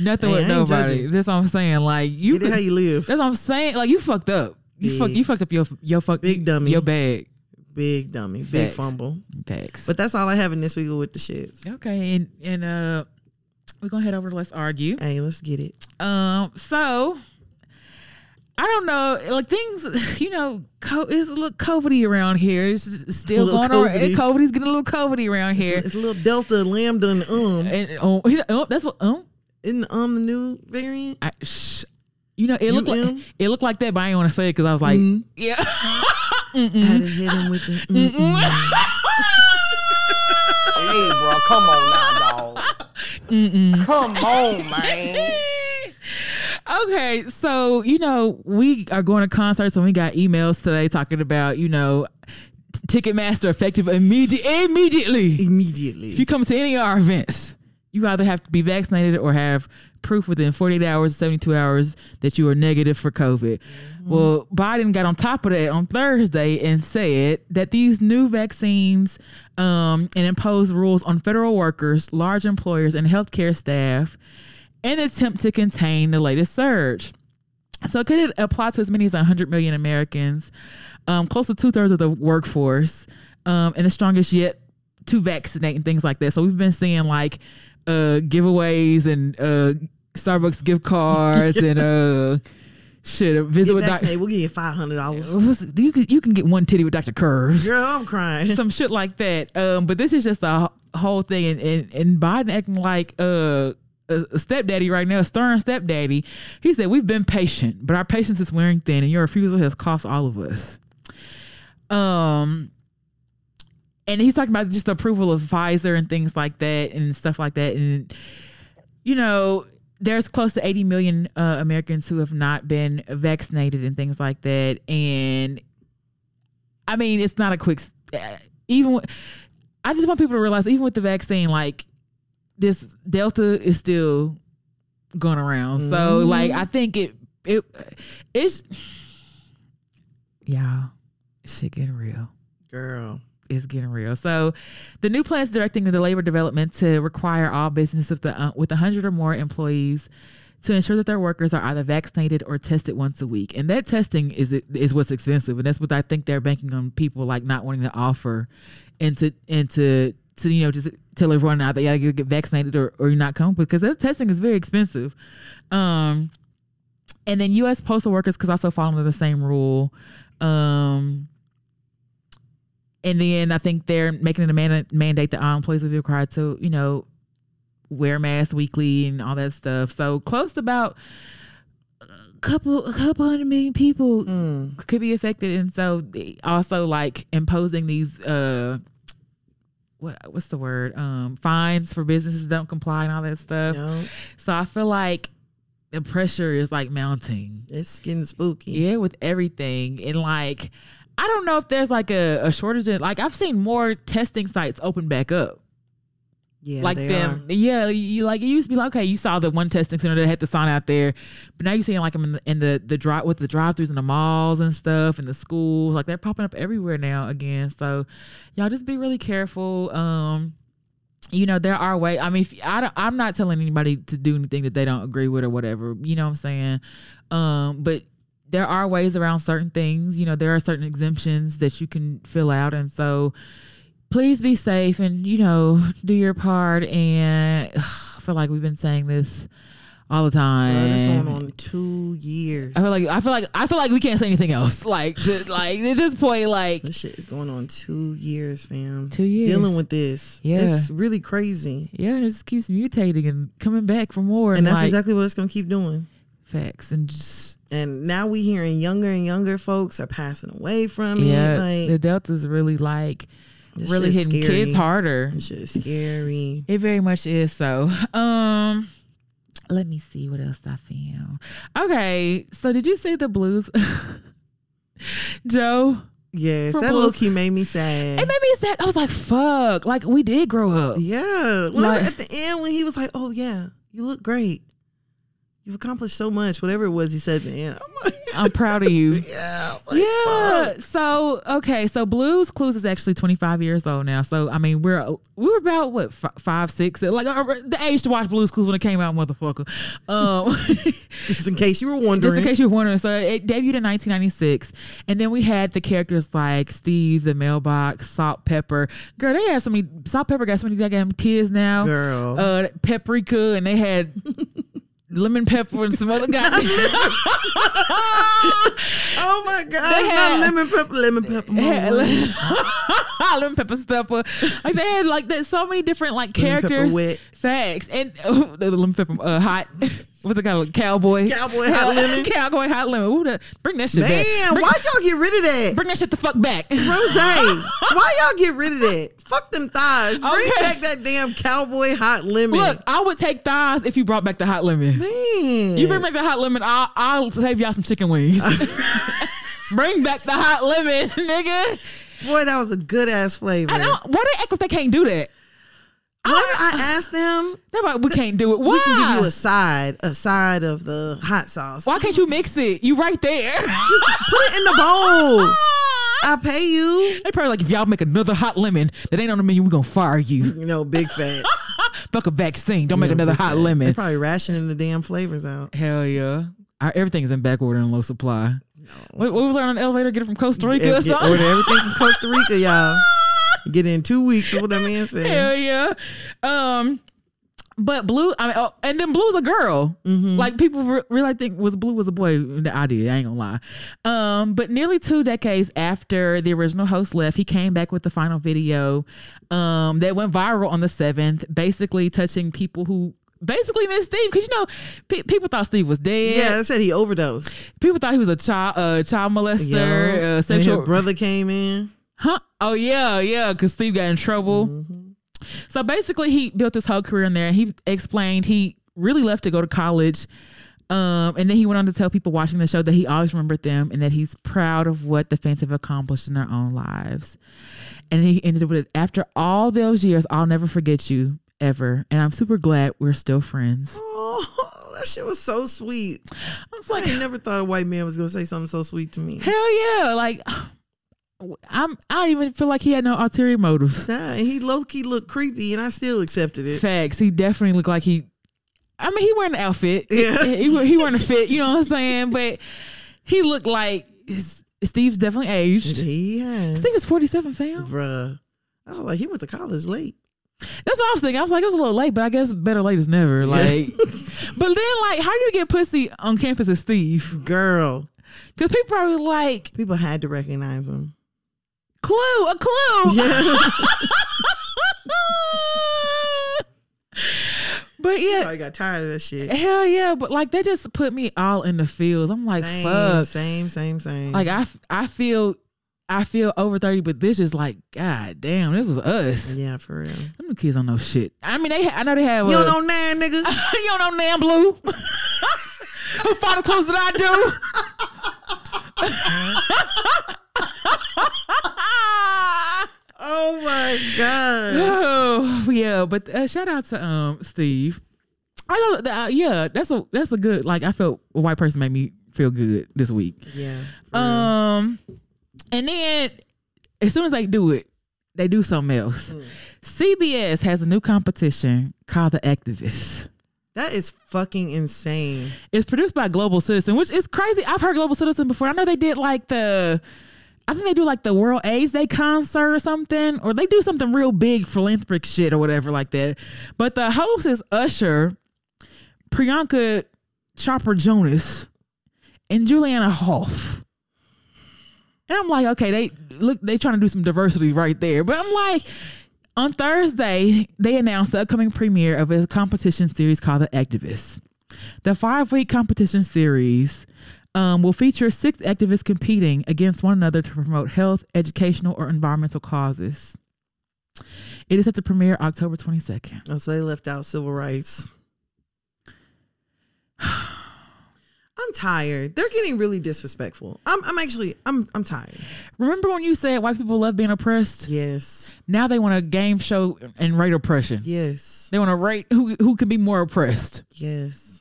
Nothing
Hey,
with
I ain't
nobody.
judging.
That's what I'm saying. Like you,
Get it
could-
how you live.
that's what I'm saying. Like you fucked up. You fuck.
Big.
You fucked up your your fuck.
Big dummy.
Your bag.
Big dummy, big
Facts.
fumble.
Facts.
But that's all I have in this week with the shits.
okay, and and uh, we're gonna head over to let's argue.
Hey, let's get it.
Um, so I don't know, like things, [LAUGHS] you know, co- it's a little COVIDy around here. It's s- still
little
going around.
COVIDy.
COVIDy's getting a little COVIDy around here.
It's a little delta, lambda, and um.
And um, he's like, oh, [LAUGHS] that's what um,
Isn't the um the new variant?
I, sh- you know, it looked like
UM?
it looked like that, but I didn't want to say it because I was like,
Mm-hmm.
yeah. Mm-hmm.
I had to hit him with the. mm.
Hey, bro, come on now, dog. Come on, man.
okay, so you know we are going to concerts, and we got emails today talking about you know. t- Ticketmaster effective immediate immediately.
Immediately.
If you come to any of our events, you either have to be vaccinated or have proof within 48 hours, 72 hours that you are negative for COVID. Well, Biden got on top of that on Thursday and said that these new vaccines um, and imposed rules on federal workers, large employers, and healthcare staff in an attempt to contain the latest surge. So could it apply to as many as 100 million Americans, um, close to two thirds of the workforce, um, and the strongest yet to vaccinate and things like that. So we've been seeing like uh, giveaways and uh, Starbucks gift cards and uh, shit. A visit
get
with
vaccinated,
Doctor.
we'll give you five hundred dollars.
You can you can get one titty with Doctor Curves
Girl, I'm
[LAUGHS]
crying.
some shit like that. Um, but this is just a wh- whole thing, and and, and Biden acting like uh, a a stepdaddy right now, a stern stepdaddy. He said, "We've been patient, but our patience is wearing thin, and your refusal has cost all of us." Um. And he's talking about just the approval of Pfizer and things like that and stuff like that. And you know, there's close to 80 million uh, Americans who have not been vaccinated and things like that. And I mean, it's not a quick, s- uh, even, with- I just want people to realize, even with the vaccine, like this Delta is still going around. So, like, I think it, it, it's, y'all, shit getting real
Girl.
is getting real. So, the new plan is directing the labor development to require all businesses with the uh, with 100 or more employees to ensure that their workers are either vaccinated or tested once a week. And that testing is is what's expensive, and that's what I think they're banking on people like not wanting to offer and to and to to you know just tell everyone out that you gotta get vaccinated or or you're not coming because that testing is very expensive. Um, and then U.S. postal workers could also fall under the same rule. Um, and then I think they're making it a man- mandate that all employees will be required to, you know, wear masks weekly and all that stuff. So close to about a couple, a couple hundred million people
Mm.
could be affected, and so they also like imposing these uh, what what's the word um fines for businesses that don't comply and all that stuff.
No,
So I feel like the pressure is like mounting.
it's getting spooky.
Yeah, with everything. And like, I don't know if there's like a, a shortage of, like, I've seen more testing sites open back up.
Yeah,
like,
they
them. Yeah, you like, it used to be like, okay, you saw the one testing center that had the sign out there. But now you're seeing like them in the, in the, the drive with the drive throughs in the malls and stuff and the schools. Like, they're popping up everywhere now again. So, y'all just be really careful. Um, you know there are way i mean if, I don't, i'm not telling anybody to do anything that they don't agree with or whatever you know what i'm saying um but there are ways around certain things you know there are certain exemptions that you can fill out and so please be [SIGHS] safe and you know do your part and i feel like we've been saying this all the time.
Bro, that's going on two years.
I feel like I feel like I feel like we can't say anything else. [LAUGHS] Like just, like at this point, like
This shit is going on two years, fam.
Two years.
Dealing with this.
Yeah.
It's really crazy.
yeah, it just keeps mutating and coming back for more. And,
And that's
like,
exactly what it's going to keep doing.
facts and just
And now we hearing younger and younger folks are passing away from
yeah,
it.
the
Like,
Delta's really like
This
really
shit's
hitting
scary.
kids harder.
this shit is scary.
It very much is so. [LAUGHS] Um let me see what else I found. Okay, so did you see the blues? [LAUGHS] Joe,
Yes,
For
that
both-
low key made me sad.
it made me sad. I was like, "Fuck!" Like we did grow up.
yeah. Whenever,
Like-
at the end, when he was like, oh, yeah, you look great. You've accomplished so much, whatever it was he said at the end. I'm like, [LAUGHS]
I'm proud of you.
yeah. I was like,
Yeah.
fuck.
So okay. So Blues Clues is actually 25 years old now. So I mean, we're we were about what f- five, six, like uh, the age to watch Blues Clues when it came out, motherfucker. Um, [LAUGHS]
Just in case you were wondering.
just in case you're wondering, so it debuted in 1996, and then we had the characters like Steve, the mailbox, Salt Pepper. Girl, they have so many. Salt Pepper got so many goddamn kids now.
Girl.
Uh, Paprika, and they had.
[LAUGHS]
Lemon pepper and some other goddamn.
Oh my god!
They had-
not lemon pepper, [LAUGHS] lemon pepper.
[LAUGHS] had- [LAUGHS]
mama.
lemon pepper stepper. Like they had like that so many different like
Lemon pepper
characters.
wet.
Facts and [LAUGHS] oh, the lemon pepper uh, hot. [LAUGHS] What's the kind of cowboy?
Cowboy hot
[LAUGHS]
lemon.
Cowboy hot lemon. Ooh, the, bring that shit
Man,
back. Bring,
why'd y'all get rid of that?
bring that shit the fuck back. [LAUGHS]
Rose, why y'all get rid of that? Fuck them thighs. Bring
Okay.
back that damn cowboy hot lemon.
Look, I would take thighs if you brought back the hot lemon.
man,
You bring back the hot lemon, I'll, I'll save y'all some chicken wings. [LAUGHS] bring back the hot lemon, [LAUGHS] nigga.
boy, that was a good ass flavor.
I don't. Why they act like they can't do that?
What I asked them,
They're like, we can't do it. Why?
we can give you a side, a side of the hot sauce.
Why can't you mix it? You right [LAUGHS] there.
Just put it in the bowl. I pay you.
they probably like if y'all make another hot lemon that ain't on the menu, we gonna fire you.
You know, big fat.
Fuck a vaccine. Don't make another hot
They're
lemon.
probably rationing the damn flavors out.
Hell yeah. Our, everything's in back order and low supply. What, what we learn on the elevator? Get it from Costa Rica or
Get,
something.
order everything from Costa Rica, y'all. Get it in two weeks. That's what that man said.
Hell yeah. Um, but blue, I mean, oh, and then blue's a girl. Like people re- really think was blue was a boy. I did. I ain't gonna lie. Um, but nearly two decades after the original host left, he came back with the final video, um, that went viral on the seventh, basically touching people who. Basically, Miss Steve, because you know, pe- people thought Steve was dead.
Yeah, I said he overdosed.
People thought he was a child, uh, child molester, uh,
and his
sexual
brother came in.
Huh? Oh yeah, yeah. Because Steve got in trouble. So basically, he built his whole career in there, and he explained he really left to go to college. Um, and then he went on to tell people watching the show that he always remembered them and that he's proud of what the fans have accomplished in their own lives. And he ended with it after all those years, I'll never forget you ever. And I'm super glad we're still friends.
Oh, that shit was so sweet.
I was
I
like,
ain't never thought a white man was gonna say something so sweet to me.
hell yeah. Like, I'm, I don't even feel like he had no ulterior motives.
Nah, and he low key looked creepy, and I still accepted it.
Facts. He definitely looked like he. I mean, he wearing an outfit.
Yeah.
he, he, he wearing a fit. You know what I'm saying? But he looked like his- Steve's definitely aged.
He has,
Steve is 47, fam.
bruh. I was like, he went to college late.
That's what I was thinking. I was like, it was a little late, but I guess better late is never. Like,
[LAUGHS]
but then like, how do you get pussy on campus as Steve?
Girl,
Because people probably like
people had to
[LAUGHS]
recognize him. [LAUGHS]
clue, a clue.
Yeah,
[LAUGHS] but yeah,
I got tired of that shit.
hell yeah. But like, that just put me all in the fields. I'm like,
Same,
fuck.
same, same, same.
Like I, f- I feel, I feel over thirty, but this is like, god damn, this was us.
yeah, for real.
Them new kids don't know shit. I mean, they, ha- I know they have.
You
uh,
don't know now, nigga.
[LAUGHS] you don't know Nam Blue. [LAUGHS] Who fought the clothes that I do?
Oh my god.
[LAUGHS] [LAUGHS] Oh yeah, but uh, shout out to um Steve. I love that. Uh, yeah, that's a that's a good. Like I felt a white person made me feel good this week.
Yeah. for real.
Um, and then as soon as they do it, they do something else.
Mm.
CBS has a new competition called The Activist.
That is fucking insane.
It's produced by Global Citizen, which is crazy. I've heard Global Citizen before. I know they did like the, I think they do like the World AIDS Day concert or something, or they do something real big philanthropic shit or whatever like that. But the host is Usher, Priyanka Chopper Jonas and Juliana Hoff. And I'm like, okay, they look, they trying to do some diversity right there. But I'm like, on Thursday, they announced the upcoming premiere of a competition series called The Activists. The five week competition series um, will feature six activists competing against one another to promote health, educational, or environmental causes. It is set to premiere October 22nd.
Oh, so they left out civil rights. [SIGHS] I'm tired. They're getting really disrespectful. I'm, I'm actually, I'm, I'm tired.
Remember when you said white people love being oppressed?
Yes,
Now they want a game show and rate oppression.
yes,
They want to rate who who can be more oppressed.
yes.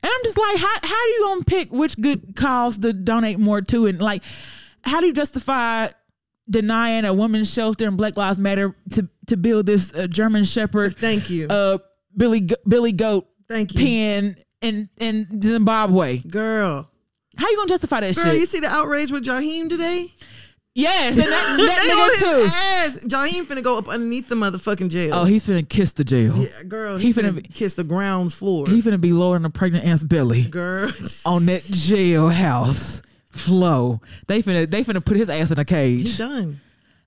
And I'm just like, how how are you gonna pick which good cause to donate more to? And like, how do you justify denying a woman's shelter and Black Lives Matter to to build this uh, German Shepherd,
Thank you,
uh, Billy Go- Billy Goat
thank you,
pen in in Zimbabwe?
girl.
How you gonna justify that
Girl,
shit?
you see the outrage with Jaheim today?
yes, and that,
[LAUGHS] they on
that
his
nigga too.
ass. Jaheim finna go up underneath the motherfucking jail.
Oh, he's finna kiss the jail.
Yeah, girl,
He
he,
finna
finna,
be-
kiss the ground floor.
He Oh, finna be lowering a pregnant aunt's belly.
girl, [LAUGHS]
on that jailhouse flow. They finna they finna put his ass in a
he
cage.
done.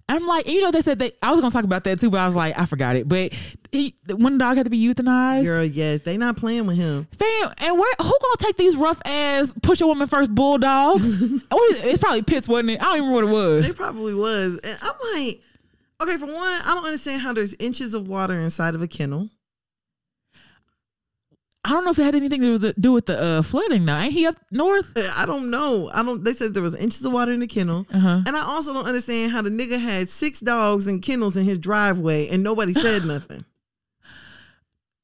I'm like, you know, they said they. I was gonna talk about that too, but I was like, I forgot it. But he, one dog had to be euthanized.
Girl, yes, they not playing with him.
Fam, and where who gonna take these rough ass push a woman first bulldogs?
[LAUGHS]
What is- it's probably Pitts, wasn't it? I don't even remember what it
They
was.
probably was. And I'm like, okay, for one, I don't understand how there's inches of water inside of a kennel. I
I don't know if it had anything to do with the uh, flooding. Now ain't he up north?
Uh, I don't know. I don't. They said there was inches of water in the kennel,
Uh-huh.
and I also don't understand how the nigga had six dogs and kennels in his driveway, and
[SIGHS]
nobody said nothing.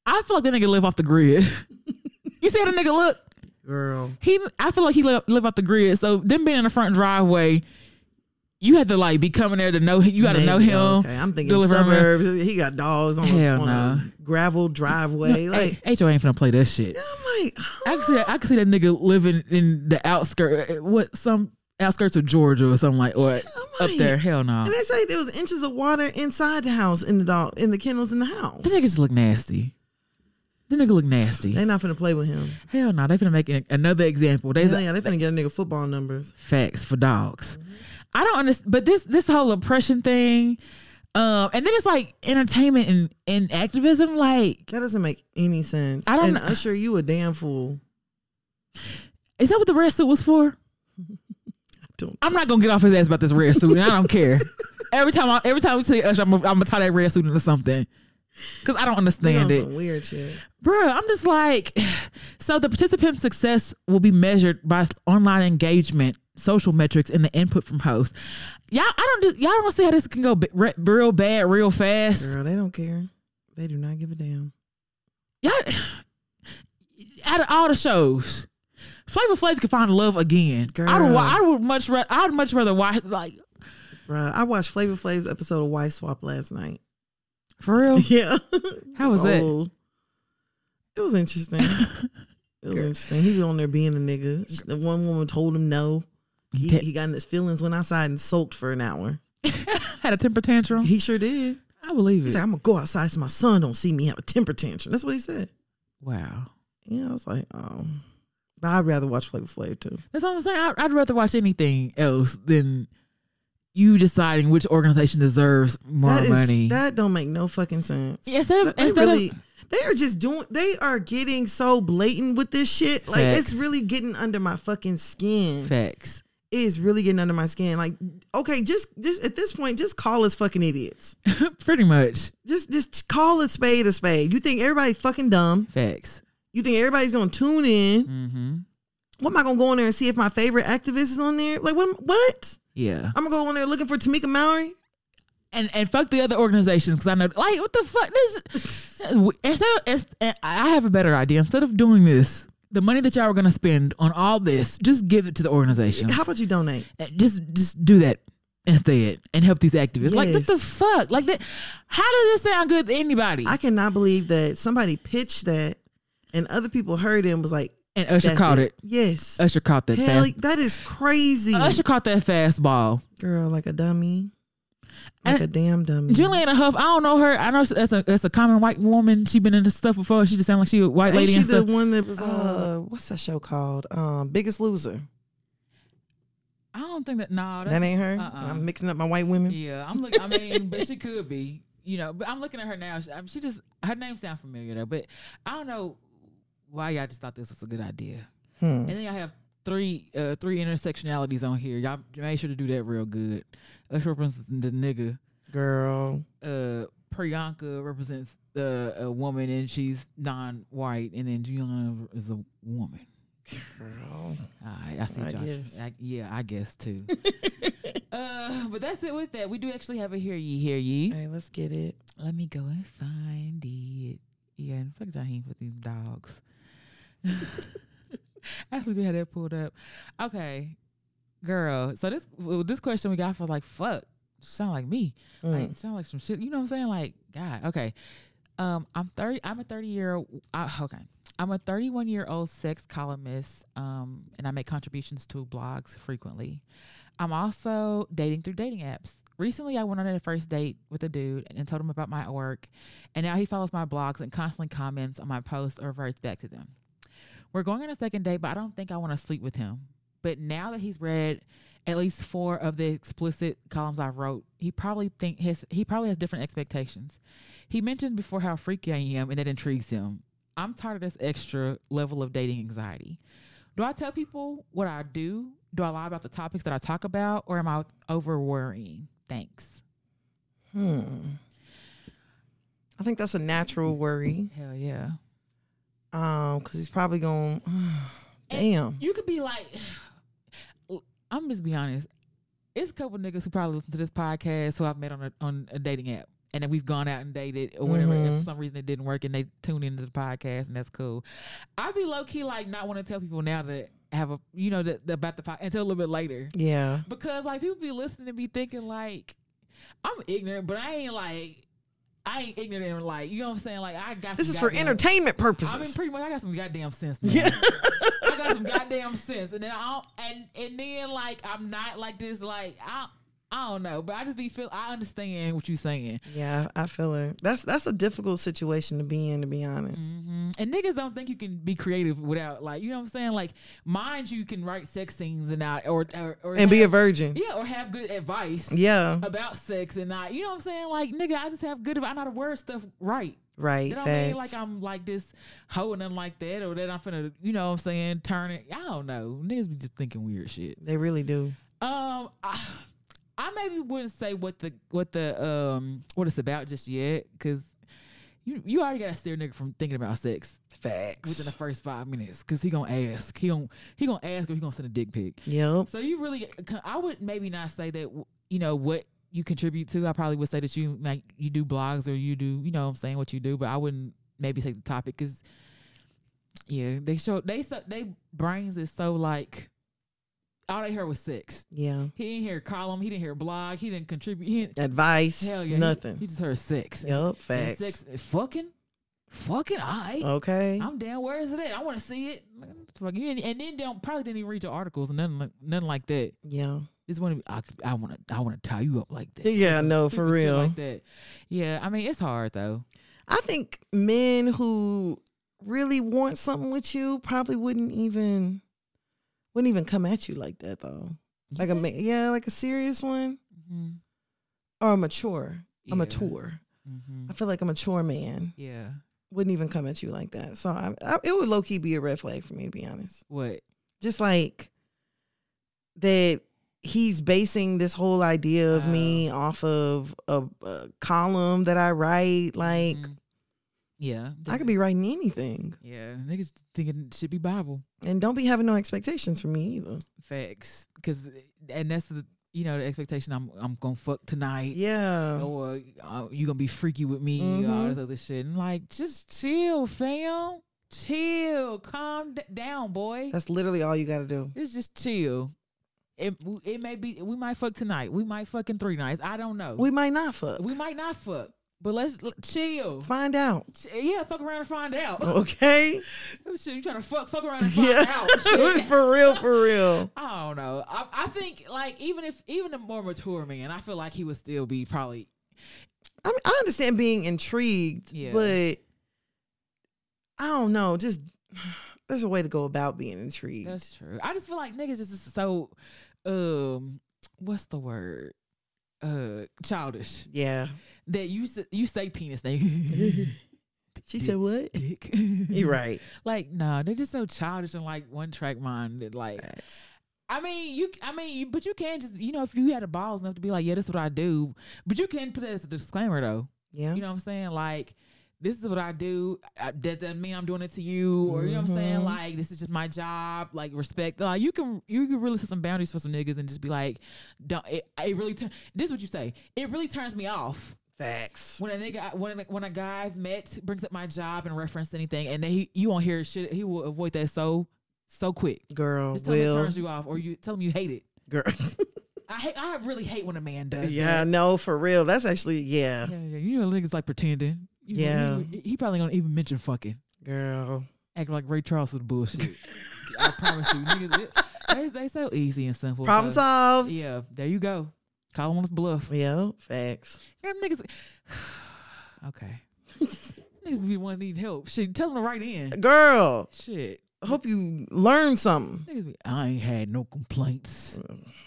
I feel like that nigga live off the grid. [LAUGHS] you see how the nigga look?
Girl,
he I feel like he live, live out the grid. So them being in the front driveway, you had to like be coming there to know you got to know
Maybe, oh,
him.
Okay, I'm thinking
deliver him.
suburbs. He got dogs on,
Hell
a, on a gravel driveway. Like
Hey, HO ain't finna play that shit.
I'm like, huh?
I can see that, I can see that nigga living in the outskirts, eh, what some outskirts of Georgia or something like or up
like-
there. Hell no.
and they say there was inches of water inside the house in the dog in the kennels in the house.
This nigga just look nasty. This nigga look nasty.
They not finna play with him.
Hell no. They finna make an, another example. They
Hell yeah, Mm-hmm. they finna get a nigga football numbers.
facts for dogs. I don't understand, but this this whole oppression thing, um, and then it's like entertainment and and activism. Like,
That doesn't make any sense.
I don't
and
kn-
Usher, you a damn fool.
is that what the red suit was for?
Don't
I'm not gonna get off his ass about this red suit, and I don't care. Every time I every time we see Usher, I'm gonna, I'm gonna tie that red suit into something because I don't
They on
understand it.
some weird shit.
Bruh, I'm just like, [SIGHS] so the participant success will be measured by s- online engagement, social metrics, and the input from hosts. Y'all, I don't just y'all don't see how this can go b- re- real bad, real fast.
Girl, they don't care. They do not give a damn.
y'all, [SIGHS] out of all the shows, Flavor Flav could find love again. I would,
Girl.
I would much rather, I'd much rather watch like
Bruh, I watched Flavor Flav's episode of Wife Swap last night. [LAUGHS]
for real.
Yeah.
How was that?
Old. It was
[LAUGHS]
interesting. It was interesting. He was on there being a nigga. Sh- The one woman told him no. He,
Te-
he got in his feelings, went outside and sulked for an hour.
Had a temper tantrum.
He sure did.
I believe
He
it.
said, I'm gonna go outside so my son don't see me have a temper tantrum. That's what he said.
Wow,
Yeah, I was like, oh. But I'd rather watch Flavor Flav too.
that's what I'm saying. I, I'd rather watch anything else than you deciding which organization deserves more
That is
money.
that don't make no fucking sense.
Yeah, instead of-
They
instead of-
really- they are just doing. They are getting so blatant with this shit. Like
Facts.
it's really getting under my fucking skin.
Facts. [LAUGHS]
It is really getting under my skin. Like, okay, just just at this point, just call us fucking idiots.
Pretty much.
Just just call a spade a spade. You think everybody's fucking dumb?
Facts.
You think everybody's gonna tune in?
Mm-hmm.
What am I gonna go in there and see if my favorite activist is on there? Like, what? am- What?
Yeah.
I'm gonna go on there looking for Tamika Mallory?
and and fuck the other organizations because I know like what the fuck this instead of, it's- and I have a better idea instead of doing this the money that y'all were gonna spend on all this just give it to the organizations
How about you donate?
And just just do that instead and help these activists like what the
Yes.
fuck like that how does this sound good to anybody
I cannot believe that somebody pitched that and other people heard it and was like,
and Usher
that's
caught it.
Yes.
Usher caught that
Hell,
fast Uh,
that is crazy.
Usher caught that fastball
Girl, like a dummy. like
And-
a damn dummy.
Juliana Huff, I don't know her. I know that's a that's a common white woman. She been in the stuff before. She just sound like she a white
Ain't
lady
she
and
the
stuff.
one that was uh, what's that show called? Um, Biggest Loser.
I don't think that. Nah, that's,
That ain't her.
uh-uh.
I'm mixing up my white women.
Yeah, I'm looking. I mean, but she could be. You know, but I'm looking at her now. She, I mean, she just her name sound familiar though. But I don't know why y'all just thought this was a good idea. And then y'all have three uh three intersectionalities on here. Y'all made sure to do that real good. Us represents the nigga.
Girl,
Uh, Priyanka represents the a woman and she's non-white, and then Juliana is a woman. All
girl.
right, I see.
I
Josh.
guess.
I, yeah, I guess
[LAUGHS]
too. uh, but that's it with that. We do actually have a hear ye, hear ye.
Hey, let's get it.
Let me go and find it. Yeah, and fuck Jaheim for these dogs. [LAUGHS] I actually do have that pulled up. Okay, girl. So this well, this question we got for like fuck sound like me. Like sound like some shit. You know what I'm saying? Like God. Okay. Um, I'm thirty. I'm a thirty year. old I, okay. I'm a 31 year old sex columnist, um, and I make contributions to blogs frequently. I'm also dating through dating apps. Recently, I went on a first date with a dude and told him about my work, and now he follows my blogs and constantly comments on my posts or reverts back to them. We're going on a second date, but I don't think I want to sleep with him. But now that he's read at least four of the explicit columns I wrote, he probably think his he probably has different expectations. He mentioned before how freaky I am, and that intrigues him. I'm tired of this extra level of dating anxiety. Do I tell people what I do? Do I lie about the topics that I talk about, or am I over worrying? Thanks.
Hmm. I think that's a natural worry.
Hell yeah.
Um, cause he's probably going. [SIGHS] damn.
You could be like, [SIGHS] I'm just be honest. It's a couple niggas who probably listen to this podcast who I've met on a, on a dating app, and then we've gone out and dated or whatever. And for some reason it didn't work, and they tune into the podcast, and that's cool. I'd be low key like not want to tell people now that have a you know that, that about the podcast until a little bit later
Yeah.
because like people be listening and be thinking like I'm ignorant, but I ain't like. I ain't ignorant and like you know what I'm saying. Like I got
This
some
is for
goddamn-
entertainment purposes.
I mean, pretty much, I got some goddamn sense. Now. I got some goddamn sense, and then I don't, and and then like I'm not like this. Like I I don't know, but I just be feel I understand what you're saying.
yeah, I feel it. That's that's a difficult situation to be in, to be honest.
Mhm. And niggas don't think you can be creative without like you know what I'm saying. Like mind you can write sex scenes and not or or, or
And be a
have-
virgin.
yeah or have good advice
Yeah.
about sex and not you know what I'm saying. Like nigga, I just have good. I know how to word stuff right.
Right.
You know what I
facts.
mean? Like I'm like this hoe and nothing like that, or that I'm finna, you know what I'm saying, turn it. I don't know. Niggas be just thinking weird shit.
they really do.
Um I, I maybe wouldn't say what the what the um what it's about just yet, cause you you already gotta steer a nigga from thinking about sex within the
Facts.
first five minutes, cause he gonna ask. He gonna he gonna ask or he gonna send a dick pic.
Yep.
So you really, I would maybe not say that. You know what you contribute to. I probably would say that you like you do blogs or you do. You know, what I'm saying what you do, but I wouldn't maybe take the topic because, yeah, they show they so they brains is so like. All they heard was sex.
Yeah.
He didn't hear column. He didn't hear blog. He didn't contribute. He didn't,
Advice.
hell yeah, he-
Nothing.
He, just heard sex.
yep.
And
Facts.
Sex. eh, Fucking. Fucking. I.
Okay.
I'm down. Where is it at? I want to see it. Like, what the fuck? You didn't- And then don't probably didn't even read your articles and nothing like, nothing like that. [LAUGHS]
yeah.
Just want to be. I, I want to. I want to tie you up like that.
Yeah, no, for
Stupid shit
real.
Like that. Yeah. I mean, it's hard though.
I think men who really want something with you probably wouldn't even wouldn't even come at you like that though. Like a ma- yeah, like a serious one
hmm
or a mature,
Mm-hmm. Yeah.
Mm-hmm. a mature.
hmm
I feel like a mature man
Yeah.
wouldn't even come at you like that. So I, I, it would low key be a red flag for me to be honest.
What?
Just like that he's basing this whole idea of me off of a, a column that I write. Like
Mhm. Yeah.
I could be writing anything.
Yeah. Niggas thinking it should be Bible
And don't be having no expectations for me either.
facts because and that's the you know the expectation. I'm I'm gonna fuck tonight.
Yeah.
Or uh, you gonna be freaky with me, all
Mhm.
this other shit. And like, just chill, fam. Chill, calm d- down, boy.
That's literally all you got to do.
It's just chill. It it may be we might fuck tonight. We might fuck in three nights. I don't know. We,
We might not fuck.
might not fuck, but let's l- chill.
Find out.
[LAUGHS] Ch- yeah, fuck around and find out.
Okay.
[LAUGHS] shit. You trying to fuck fuck around and find out.
[LAUGHS]
Shit.
for real, for real.
I don't know. I, I think like even if even a more mature man, I feel like he would still be probably
I mean, I understand being intrigued,
Yeah.
but I don't know. Just [SIGHS] there's a way to go about being intrigued.
That's true. I just feel like niggas is just so um what's the word? Uh childish.
yeah.
That you s- you say penis [LAUGHS] nigga.
She said what?
Dick.
[LAUGHS] You're right.
Like, nah, they're just so childish and like one track minded. Like
Facts.
I mean, you. I mean, you, but you can just, you know, if you had the balls enough to be like, yeah, this is what I do. But you can put that as a disclaimer, though.
Yeah.
You know what I'm saying? Like, this is what I do. I, that doesn't mean I'm doing it to you, or you know what I'm saying?
Mhm.
Like, this is just my job. Like, respect. Like, you can you can really set some boundaries for some niggas and just be like, don't. It, it really. Tur- this is what you say. It really turns me off
Facts.
when a nigga when a, when a guy I've met brings up my job and reference anything, and then he you won't hear shit. He will avoid that so so quick.
Girl,
Just tell him it
Will.
turns you off, or you tell him you hate it.
Girl.
I hate. I really hate when a man does.
[LAUGHS] yeah,
that.
no, for real. That's actually yeah.
yeah, yeah. You know, niggas like pretending. You know,
Yeah.
he, he probably gonna even mention fucking,
Girl.
acting like Ray Charles is bullshit. I promise you, niggas, it, they, they so easy and simple.
Problem
so,
solved. Yeah.
Yeah, there you go. Call him on his bluff.
facts.
Them niggas. [SIGHS]
[LAUGHS]
okay. niggas be want to need help. Shit, tell them to write in.
Girl,
Shit.
I hope you learned something.
Niggas be, I ain't had no complaints.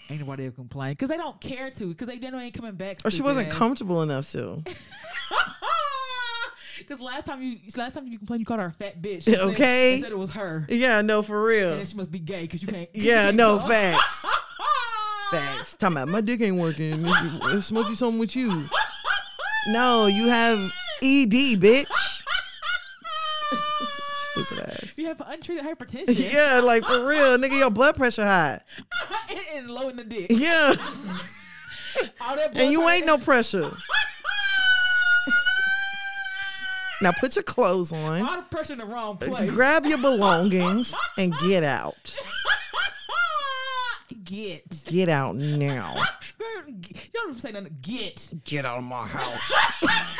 Ain't nobody ever complained because they don't care to because they didn't know they ain't coming back.
Or she
stupid
wasn't
ass.
comfortable enough to.
[LAUGHS] Because last time you last time you complained, you called her a fat bitch.
Yeah,
You said-
okay.
you said it was her.
Yeah, no, for real.
And then she must be gay because you can't. 'cause you
[LAUGHS]
[LAUGHS]
Yeah,
can't
no,
go.
facts. facts. Talking about my dick ain't working. It it must be something with you. No, you have ED, bitch. [LAUGHS] Stupid ass.
You have untreated [LAUGHS] hypertension.
[LAUGHS] Yeah, like for real, nigga, your blood pressure high.
and, and low in the
[LAUGHS]
dick.
Yeah,
All that blood
and you
pressure-
ain't no pressure. Now put your clothes on,
all the pressure in the wrong
Uh,
place.
grab your belongings, and get out.
[LAUGHS] Get.
Get out now.
Girl, g- you don't say nothing. Get.
Get out of my house.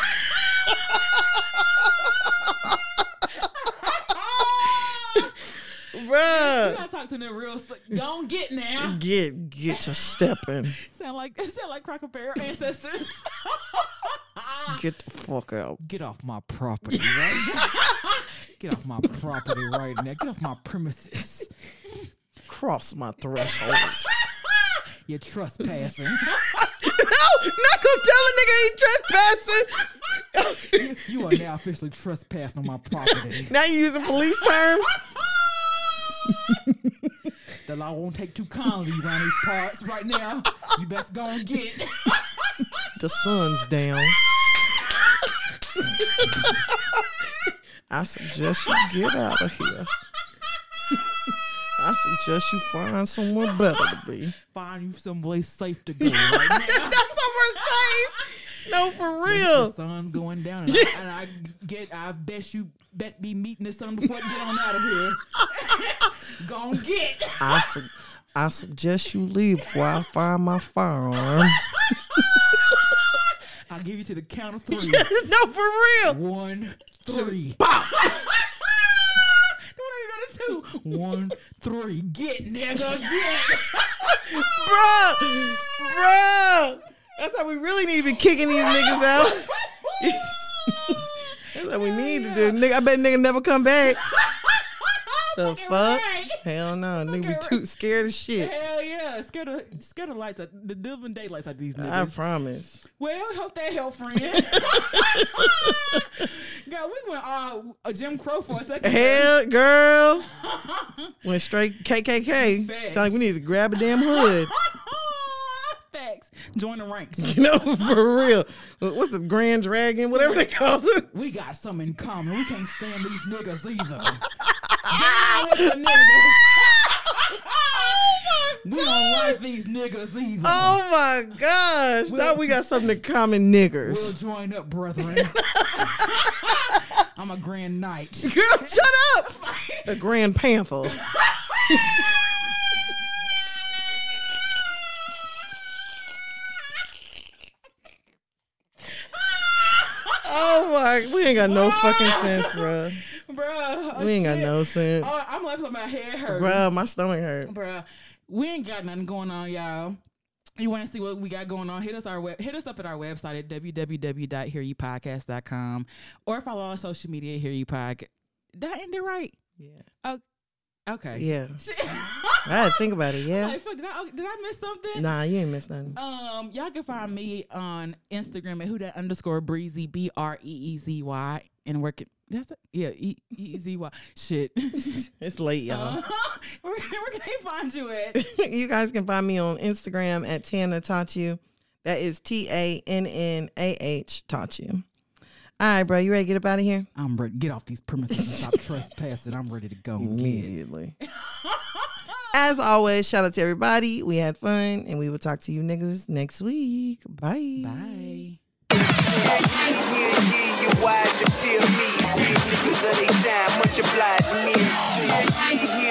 You
Bruh.
gotta talk to them real. s- Don't get
[LAUGHS]
now.
Get get your stepping.
Sound like [LAUGHS] sound like Cracker Barrel ancestors.
Get the fuck out.
get off my property, right? get off my property right now. Get off my premises.
Cross my threshold.
You're trespassing.
no, not gonna Oh, tell a nigga he trespassing.
you are now officially trespassing on my property.
now you using police terms?
The law won't take too kindly around these parts right now. You best go and get.
The sun's down. I suggest you get out of here. I suggest you find somewhere better to be. [LAUGHS]
Find you someplace safe to go right now.
That's what we're saying. No, for
The
real.
sun's going down, and, I, and I get. I bet you bet be meeting the sun before I get on out of here. [LAUGHS] Go and get.
I, su- I suggest you leave before I find my firearm. [LAUGHS]
I'll give you to the count of three.
no, for real.
One, [LAUGHS] three. Don't even go to two. One, three. Get nigga, get.
Bruh. Bruh. That's how we really need to be kicking these niggas out. [LAUGHS] That's what we need to do. Nigga, I bet nigga never come back. The fuck? Hell no. Nigga be too scared of shit.
Hell yeah, scared of scared of lights, out- the living daylights out these
I
niggas.
promise.
well, hope that help, [LAUGHS] friend. God, we went all uh, Jim Crow for a second.
Hell, [LAUGHS] girl. Went straight KKK.
Facts.
Sound like we need to grab a damn hood.
[LAUGHS]
[LAUGHS]
Facts. Join the ranks.
You know, for real. What's the Grand Dragon? Whatever they call it.
We got something in common. We can't stand these niggas [LAUGHS] either. Down with the [LAUGHS] niggas. We don't like these niggas either.
Oh my gosh. now we got something in common,
We'll
niggers.
join up, [LAUGHS] brethren. I'm a grand knight.
Girl, shut [LAUGHS] up. The Grand Panther. oh my, we ain't got no fucking sense, bruh.
Bruh.
We ain't got no sense.
Oh, I'm laughing. My head hurt.
Bruh, my stomach hurt.
Bruh, we ain't got nothing going on, y'all. You want to see what we got going on? Hit us our web, hit us up at our website at www.hearyoupodcast.com or follow our social media Hear You Podcast. That ended right.
Yeah.
Okay.
Yeah.
[LAUGHS] Shit.
I had to think about it, [LAUGHS] yeah.
like, fuck, did I uh, did I miss something?
Nah, you ain't missed nothing.
Um, y'all can find me on Instagram at who that underscore breezy b r e e z y and working. That's it. Yeah, e e z y.
[LAUGHS]
Shit.
It's late, y'all.
Uh, [LAUGHS] where, where can they find you at?
[LAUGHS] you guys can find me on Instagram at Tana Taught You. That is T A N N A H Taught You. All right, bro. You ready to get up out of here?
I'm ready. Get off these premises and
[LAUGHS]
stop trespassing. I'm ready to go. Get.
Immediately. [LAUGHS] As always, shout out to everybody. We had fun, and we will talk to you niggas next week. Bye.
Bye.
G-U-Y to feel me. These niggas of they time, much obliged to me. G-U-Y